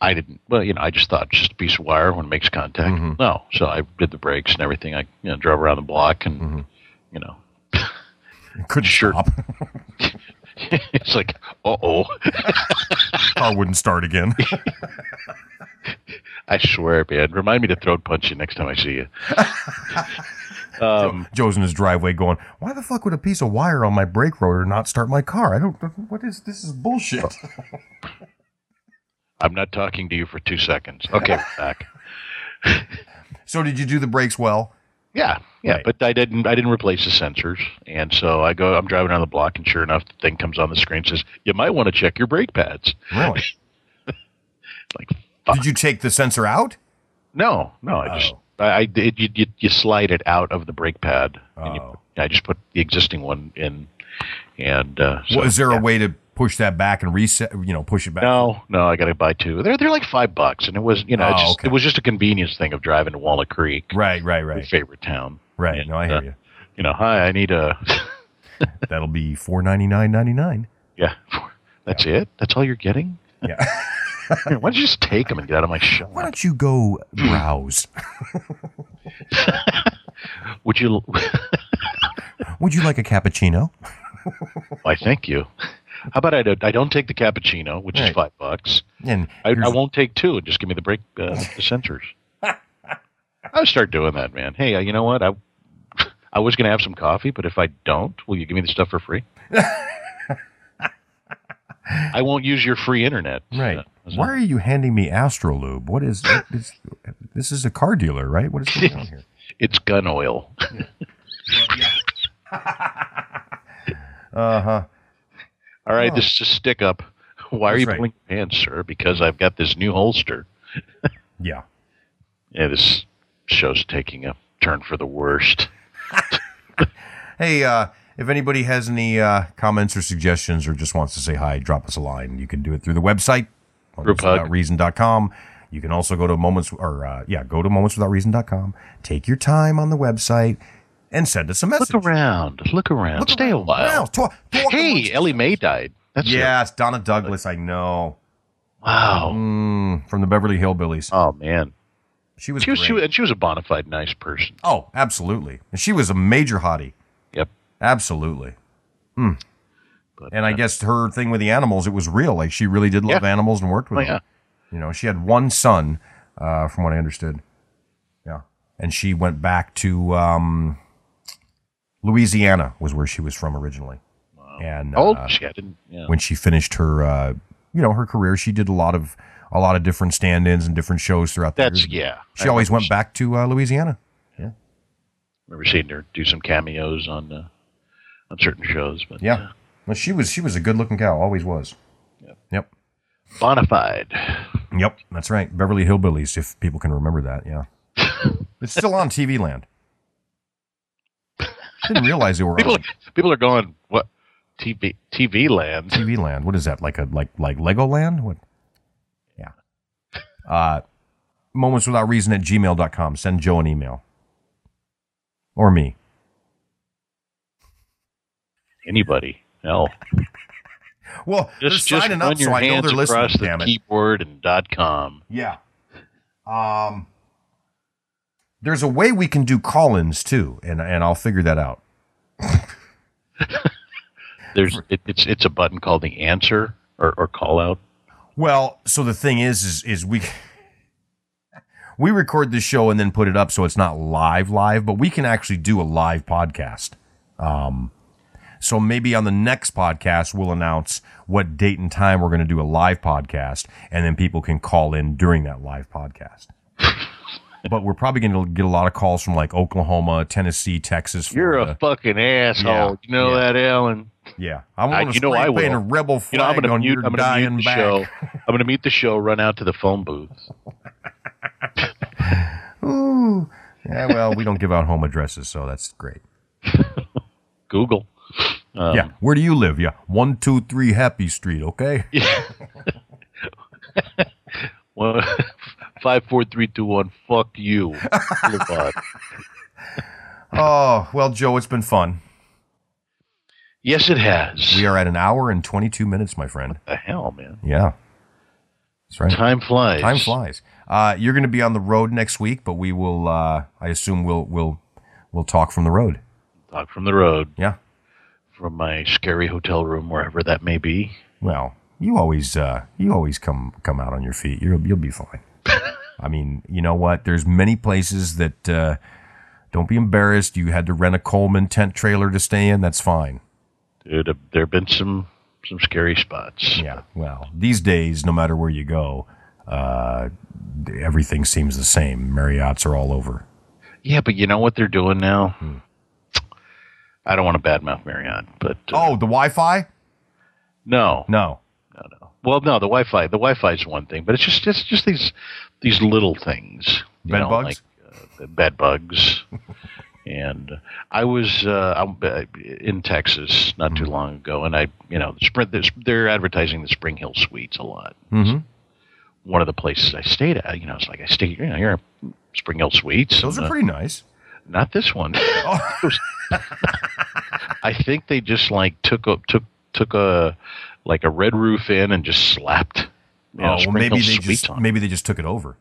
S1: I didn't, well, you know, I just thought just a piece of wire when it makes contact.
S2: Mhm.
S1: No. So I did the brakes and everything. I you know, drove around the block and,
S2: Mhm.
S1: you know,
S2: Couldn't
S1: Sure.
S2: stop.
S1: it's like, uh oh,
S2: Car wouldn't start again.
S1: I swear, man. Remind me to throat punch you next time I see you. um,
S2: Joe's in his driveway going, "Why the fuck would a piece of wire on my brake rotor not start my car? I don't. What is this? Is bullshit."
S1: I'm not talking to you for two seconds. Okay, we're back.
S2: so did you do the brakes well?
S1: Yeah, yeah,
S2: Right.
S1: but I didn't. I didn't replace the sensors, and so I go. I'm driving down the block, and sure enough, the thing comes on the screen. Says, "You might want to check your brake pads."
S2: Really?
S1: Like, fuck.
S2: Did you take the sensor out?
S1: No, no. I just,
S2: Oh.
S1: I, I it, you, you, you slide it out of the brake pad, and you,
S2: Oh.
S1: I just put the existing one in, and uh, so,
S2: Well, is there a way to push that back and reset, you know, push it back.
S1: No, no, I got to buy two. They're they're like five bucks, and it was you know
S2: Oh,
S1: it's just,
S2: okay.
S1: it was just a convenience thing of driving to Walnut Creek,
S2: Right, right,
S1: my
S2: right,
S1: favorite town.
S2: right.
S1: And,
S2: no, I hear
S1: uh,
S2: you.
S1: You know, hi, I need a
S2: That'll be four ninety nine ninety nine.
S1: yeah. That's it. That's all you're getting.
S2: Yeah.
S1: Why don't you just take them and get out of my
S2: Why
S1: shop?
S2: don't you go browse?
S1: Would you?
S2: Would you like a cappuccino?
S1: Why, thank you. How about I don't, I don't take the cappuccino, which
S2: Right.
S1: is five bucks.
S2: And
S1: I, I
S2: here's-
S1: won't take two and just give me the break uh, the sensors. I'll start doing that, man. Hey, uh, you know what? I I was going to have some coffee, but if I don't, will you give me the stuff for free? I won't use your free internet.
S2: Right.
S1: Uh, so-
S2: Why are you handing me Astrolube? What is what is- this? Is a car dealer, right? What is going on here?
S1: It's gun oil.
S2: Uh huh.
S1: All right,
S2: Oh.
S1: this is a stick up. Why are
S2: That's
S1: you
S2: right.
S1: pulling your pants, sir? Because I've got this new holster.
S2: Yeah.
S1: Yeah, this show's taking a turn for the worst.
S2: Hey, uh, if anybody has any uh, comments or suggestions or just wants to say hi, drop us a line. You can do it through the website,
S1: Group hug.
S2: reason.com. You can also go to moments or uh, yeah, go to momentswithoutreason.com. Take your time on the website and send us a message.
S1: Look around. Look around.
S2: Look
S1: Stay a
S2: around.
S1: while.
S2: Wow, talk- talk
S1: hey,
S2: amongst
S1: Ellie Mae died. That's yeah.
S2: Yes, Donna Douglas. I know
S1: wow.
S2: Mm, from the Beverly Hillbillies.
S1: Oh man,
S2: She was.
S1: she was she
S2: great.
S1: was, and she was a bona fide nice person.
S2: Oh, absolutely. And she was a major hottie.
S1: Yep.
S2: Absolutely. Hmm.
S1: But,
S2: And I
S1: uh,
S2: guess her thing with the animals, it was real. Like she really did love
S1: Yeah.
S2: animals and worked with
S1: Oh,
S2: them.
S1: yeah.
S2: You know, she had one son, uh, from what I understood. Yeah. And she went back to um, Louisiana, was where she was from originally. And
S1: how old
S2: uh,
S1: was Oh, she? I didn't. Yeah.
S2: when she finished her, uh, you know, her career, she did a lot of a lot of different stand-ins and different shows throughout the
S1: That's
S2: years.
S1: yeah.
S2: She always went
S1: remember,
S2: back to uh, Louisiana.
S1: Remember seeing her do some cameos on uh, on certain shows, but uh,
S2: Yeah. Well, she was she was a good-looking gal, always was. Yep.
S1: bona fide.
S2: Yep, that's right. Beverly Hillbillies, if people can remember that. Yeah. it's still on TV land. Didn't realize they were
S1: People
S2: on
S1: people are going what TV TV land.
S2: TV land. What is that? Like a like like Legoland? What? Yeah. Uh moments without reason at gmail.com. Send Joe an email. Or me.
S1: Anybody? No,
S2: Well,
S1: just
S2: they're
S1: just
S2: signing
S1: run
S2: up,
S1: your
S2: so I know
S1: hands
S2: they're listening.
S1: across the
S2: Damn it.
S1: keyboard and dot com.
S2: Yeah. Um, there's a way we can do call-ins too, and and I'll figure that out.
S1: There's it, it's it's a button called the answer or, or call out.
S2: Well, so the thing is, is, is we we record this show and then put it up, so it's not live, live, but we can actually do a live podcast. Um, so maybe on the next podcast, we'll announce what date and time we're going to do a live podcast, and then people can call in during that live podcast. but we're probably going to get a lot of calls from like Oklahoma, Tennessee, Texas.
S1: You're
S2: Florida.
S1: a fucking asshole.
S2: Yeah,
S1: you know
S2: yeah.
S1: that, Ellen.
S2: yeah. I want
S1: I-
S2: to
S1: you know
S2: spray
S1: I
S2: paint
S1: will.
S2: a rebel
S1: You know, I'm
S2: flag
S1: gonna
S2: on
S1: mute.
S2: your
S1: I'm gonna mute
S2: dying
S1: the
S2: back.
S1: show. I'm gonna mute the show. Run out to the phone booth.
S2: Ooh. Yeah, well, we don't give out home addresses, so that's great.
S1: Google. Um,
S2: yeah. Where do you live? Yeah. 123 Happy Street, okay?
S1: Well, five, four, three, two, one. Fuck you. Boulevard.
S2: oh, well, Joe, it's been fun.
S1: yes, it has.
S2: We are at an hour and 22 minutes, my friend.
S1: the hell, man.
S2: Yeah. That's right.
S1: Time flies.
S2: Time flies. Uh, you're going to be on the road next week, but we will, uh, I assume we'll, we'll, we'll talk from the road.
S1: Talk from the road,
S2: Yeah.
S1: from my scary hotel room, wherever that may be.
S2: Well, you always uh, you always come come out on your feet. You'll you'll be fine. I mean, you know what? There's many places that uh, don't be embarrassed. You had to rent a Coleman tent trailer to stay in. That's fine.
S1: Dude, uh, there have been some some scary spots.
S2: Yeah. Well, these days, no matter where you go, uh, everything seems the same. Marriott's are all over.
S1: Yeah, but you know what they're doing now?
S2: Hmm.
S1: I don't want to badmouth Marriott, but uh,
S2: Oh, the Wi-Fi?
S1: no,
S2: No.
S1: no, no. Well, no, the Wi-Fi, the Wi-Fi is one thing, but it's just it's just these these little things, you
S2: Bed
S1: know,
S2: bugs?
S1: like uh, the bed bugs, and I was uh, I'm, uh, in Texas not
S2: Mm-hmm.
S1: too long ago, and I you know the sprint they're, they're advertising the Spring Hill Suites a lot.
S2: Mm-hmm.
S1: One of the places I stayed at, you know, it's like I stayed you know here are Spring Hill Suites.
S2: Those
S1: and,
S2: are
S1: uh,
S2: pretty nice. Oh,
S1: not this one. I think they just like took a took took a like a red roof in and just slapped. you know,
S2: oh, well,
S1: Spring
S2: maybe
S1: Hill
S2: they
S1: Suites
S2: just
S1: on it.
S2: maybe they just took it over.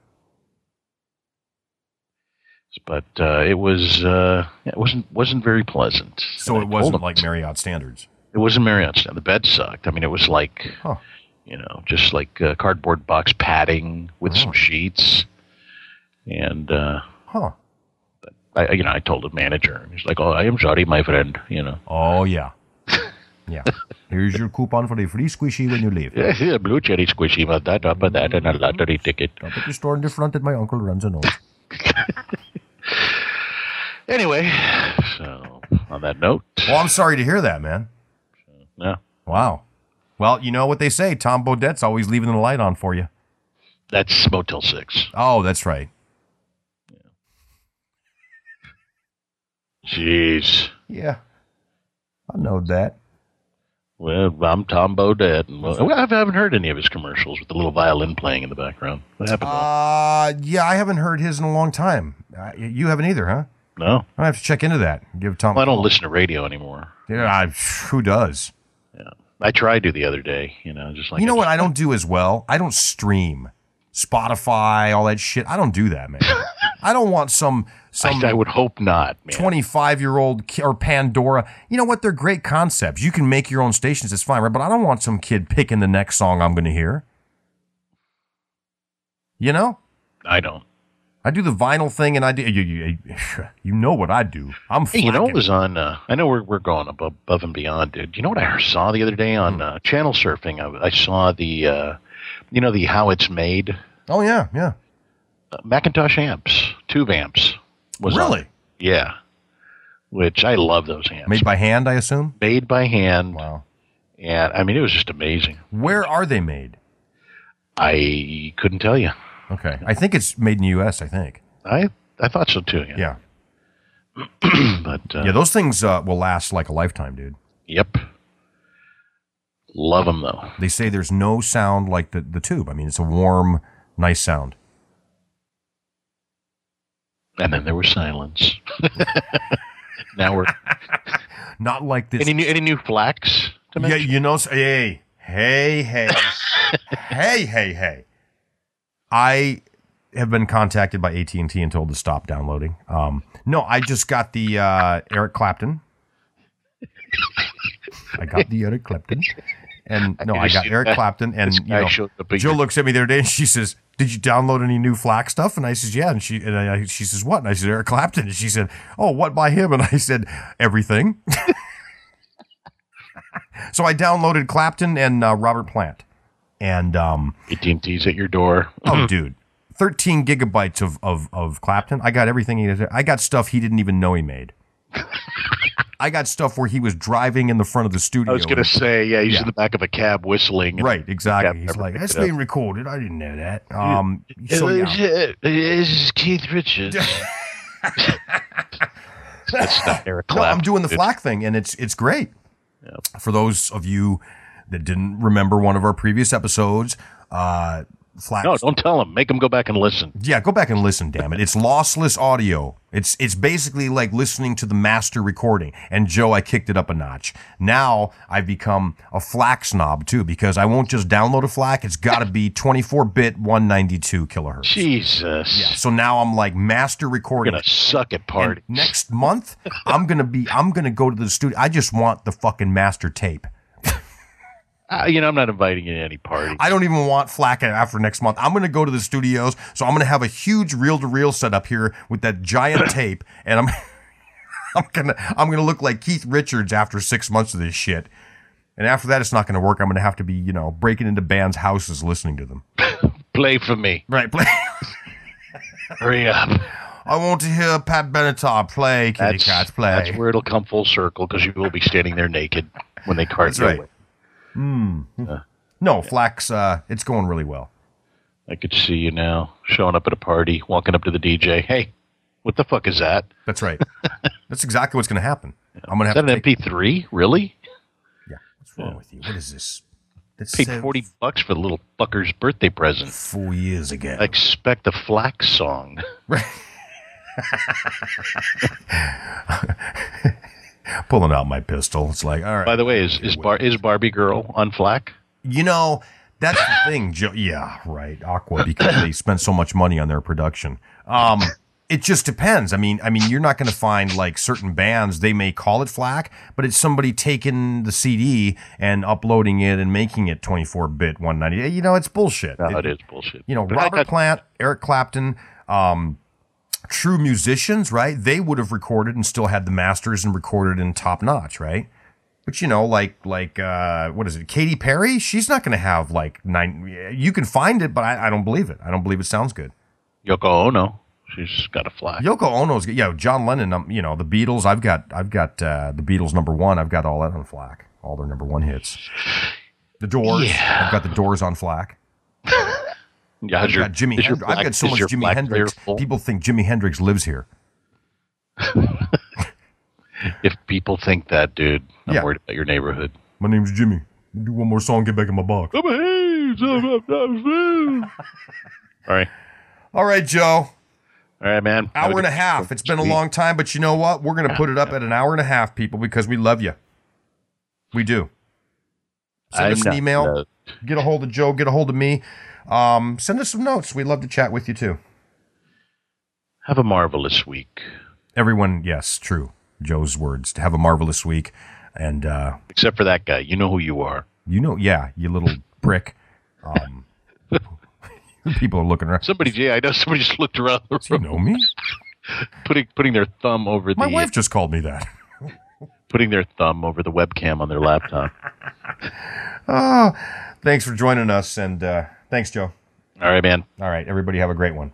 S1: but uh, it was uh, it wasn't wasn't very pleasant.
S2: So
S1: And
S2: it
S1: I told
S2: wasn't
S1: them-
S2: like Marriott standards.
S1: it wasn't Marriott style. The bed sucked. I mean, it was like
S2: Huh.
S1: you know, just like uh, cardboard box padding with some sheets, and uh,
S2: Huh.
S1: I I- you know I told the manager, and he's like, "Oh, I am sorry, my friend," you know.
S2: Oh yeah. Yeah. Here's your coupon for the free squishy when you leave.
S1: Yeah, yeah, blue cherry squishy, but that, up and that, and a lottery ticket.
S2: Up at the store in the front that my uncle runs and owns.
S1: Anyway, so on that note,
S2: Well, Oh, I'm sorry to hear that, man.
S1: yeah,
S2: Wow. Well, you know what they say. Tom Baudette's always leaving the light on for you.
S1: that's Motel Six.
S2: Oh, that's right.
S1: Jeez.
S2: Yeah. I know that.
S1: Well, I'm Tom Baudet, and well, I haven't heard any of his commercials with the little violin playing in the background. What happened? to
S2: Uh, yeah, I haven't heard his in a long time. Uh, y- you haven't either, huh?
S1: him? no,
S2: I have to check into that. Give Tom.
S1: well, I don't listen to radio anymore.
S2: Yeah, I, who does?
S1: I tried to the other day, you know, just like
S2: You know what I don't do as well? I don't stream Spotify, all that shit. I don't do that, man. I don't want some some
S1: I, I would hope not, man.
S2: 25 year old ki- or Pandora. You know what? They're great concepts. You can make your own stations. It's fine, right? But I don't want some kid picking the next song I'm going to hear. You know,
S1: I don't.
S2: I do the vinyl thing, and I do. You, you, you know what I do? I'm.
S1: Hey, you know it
S2: flacking.
S1: was on. Uh, I know we're we're going above, above and beyond, dude. You know what I saw the other day
S2: Hmm.
S1: on uh, channel surfing? I, I saw the, uh, you know, the how it's made
S2: Oh yeah, yeah.
S1: uh, Macintosh amps, tube amps. Was uh, on.
S2: Really?
S1: yeah. Which I love those amps.
S2: Made by hand, I assume.
S1: made by hand,
S2: Wow.
S1: and I mean it was just amazing.
S2: Where are they made?
S1: I couldn't tell you.
S2: Okay, I think it's made in the U.S. I think.
S1: I I thought so too. Yeah.
S2: Yeah.
S1: But uh,
S2: Yeah, those things uh, will last like a lifetime, dude.
S1: yep. Love them though.
S2: They say there's no sound like the, the tube. I mean, it's a warm, nice sound.
S1: And then there was silence. now we're
S2: Not like this.
S1: any new any new flax to
S2: yeah,
S1: mention?
S2: you know, s- hey, hey, hey, hey, hey, hey. I have been contacted by AT and T and told to stop downloading. Um, no, I just got the uh, Eric Clapton. I got the Eric Clapton, and no, I got Eric Clapton, and
S1: This
S2: you
S1: guy
S2: know,
S1: showed up at
S2: Jill
S1: your-
S2: looks at me the other day and she says, "Did you download any new Flack stuff?" And I says, "Yeah." And she and I, she says, "What?" And I said, "Eric Clapton." And she said, "Oh, what by him?" And I said, "Everything." so I downloaded Clapton and uh, Robert Plant, and um,
S1: AT&T's at your door.
S2: oh, dude, thirteen gigabytes of of of Clapton. I got everything he did. I got stuff he didn't even know he made. I got stuff where he was driving in the front of the studio.
S1: I was gonna say, yeah, he's
S2: Yeah.
S1: in the back of a cab whistling.
S2: Right, exactly.
S1: Yeah,
S2: He's
S1: never
S2: like,
S1: picked
S2: that's
S1: it up."
S2: being recorded. I didn't know that. Um, so
S1: Uh,
S2: yeah.
S1: uh, this is Keith Richards. That's not Eric
S2: No, I'm
S1: Clapton,
S2: doing the
S1: dude.
S2: flack thing, and it's it's great. For those of you that didn't remember one of our previous episodes, uh, flack.
S1: No, don't tell him. Make him go back and listen.
S2: yeah, go back and listen. Damn it, it's lossless audio. It's it's basically like listening to the master recording. And Joe, I kicked it up a notch. Now I've become a flack snob too because I won't just download a flack. It's got to be 24 bit 192 kilohertz.
S1: Jesus.
S2: Yeah, so now I'm like master
S1: You're
S2: recording.
S1: gonna suck at
S2: And
S1: party.
S2: next month, I'm gonna be. I'm gonna go to the studio. I just want the fucking master tape.
S1: Uh, you know, I'm not inviting you to any party.
S2: I don't even want flack after next month. I'm gonna go to the studios, so I'm gonna have a huge reel-to-reel setup here with that giant tape, and I'm, I'm gonna, I'm gonna look like Keith Richards after six months of this shit. And after that, it's not gonna work. I'm gonna have to be, you know, breaking into bands' houses, listening to them.
S1: Play for me.
S2: Right.
S1: Hurry up.
S2: I want to hear Pat Benatar play Kitty
S1: That's,
S2: Cats play.
S1: that's where it'll come full circle because you will be standing there naked when they cart
S2: That's
S1: you
S2: right. Hmm.
S1: away.
S2: no, Flax, uh, it's going really well.
S1: I could see you now showing up at a party, walking up to the DJ. Hey, What the fuck is that?
S2: That's right. That's exactly what's going to happen. I'm going to
S1: Is
S2: have
S1: that
S2: to
S1: an
S2: take-
S1: MP3? Really?
S2: Yeah. What's wrong with you? What is this? This
S1: Paid
S2: said
S1: forty bucks for the little fucker's birthday present.
S2: four years ago.
S1: I expect a flax song.
S2: Pulling out my pistol. It's like, all right.
S1: By the way, is is, Bar- is Barbie girl on flack?
S2: You know, that's the thing, Joe. Yeah, right. Aqua, because they spent so much money on their production. Um, it just depends. I mean, I mean, you're not going to find like certain bands. They may call it flack, but it's somebody taking the CD and uploading it and making it 24-bit 190. You know, it's bullshit.
S1: No,
S2: It-
S1: it is bullshit.
S2: you know,
S1: But I
S2: Robert
S1: got-
S2: Plant, Eric Clapton, um, true musicians, right? They would have recorded and still had the masters and recorded in top notch, right? But you know, like like uh, what is it? Katy Perry? She's not going to have like nine. You can find it, but I, I don't believe it. I don't believe it sounds good.
S1: Yoko Ono, she's got a flack.
S2: Yoko Ono's, yeah, John Lennon. Um, you know, the Beatles. I've got I've got uh, the Beatles number one. I've got all that on flack. All their number one hits. The Doors. I've got the Doors on flack.
S1: Yeah, how's
S2: I've
S1: your-
S2: got Jimi
S1: is your
S2: Hendrix. I've
S1: black-
S2: got so
S1: is
S2: much
S1: your
S2: Jimi
S1: black
S2: Hendrix.
S1: clear full?
S2: People think Jimi Hendrix lives here.
S1: if people think that, dude, I'm
S2: Yeah.
S1: worried about your neighborhood.
S2: My name's Jimmy. Do one more song, get back in my box.
S1: All right.
S2: All right, Joe.
S1: All right, man. Have
S2: Hour and a
S1: good-
S2: half. It's been a long time, but you know what? We're going to put it up at an hour and a half, people, because we love you. We do. Send
S1: I'm
S2: us an
S1: not- uh,
S2: email.
S1: no.
S2: Get a hold of Joe. Get a hold of me. Um, send us some notes. We'd love to chat with you, too.
S1: Have a marvelous week.
S2: Everyone, yes, true. Joe's words. Have a marvelous week. And uh,
S1: Except for that guy. You know who you are.
S2: you know, yeah, you little brick. Um, people are looking around.
S1: Somebody, yeah, I know somebody just looked around the
S2: Do you
S1: room,
S2: know me?
S1: putting putting their thumb over
S2: My
S1: the
S2: wife just called me that.
S1: putting their thumb over the webcam on their laptop.
S2: Oh, thanks for joining us, and uh, thanks, Joe.
S1: All right, man.
S2: All right, everybody, have a great one.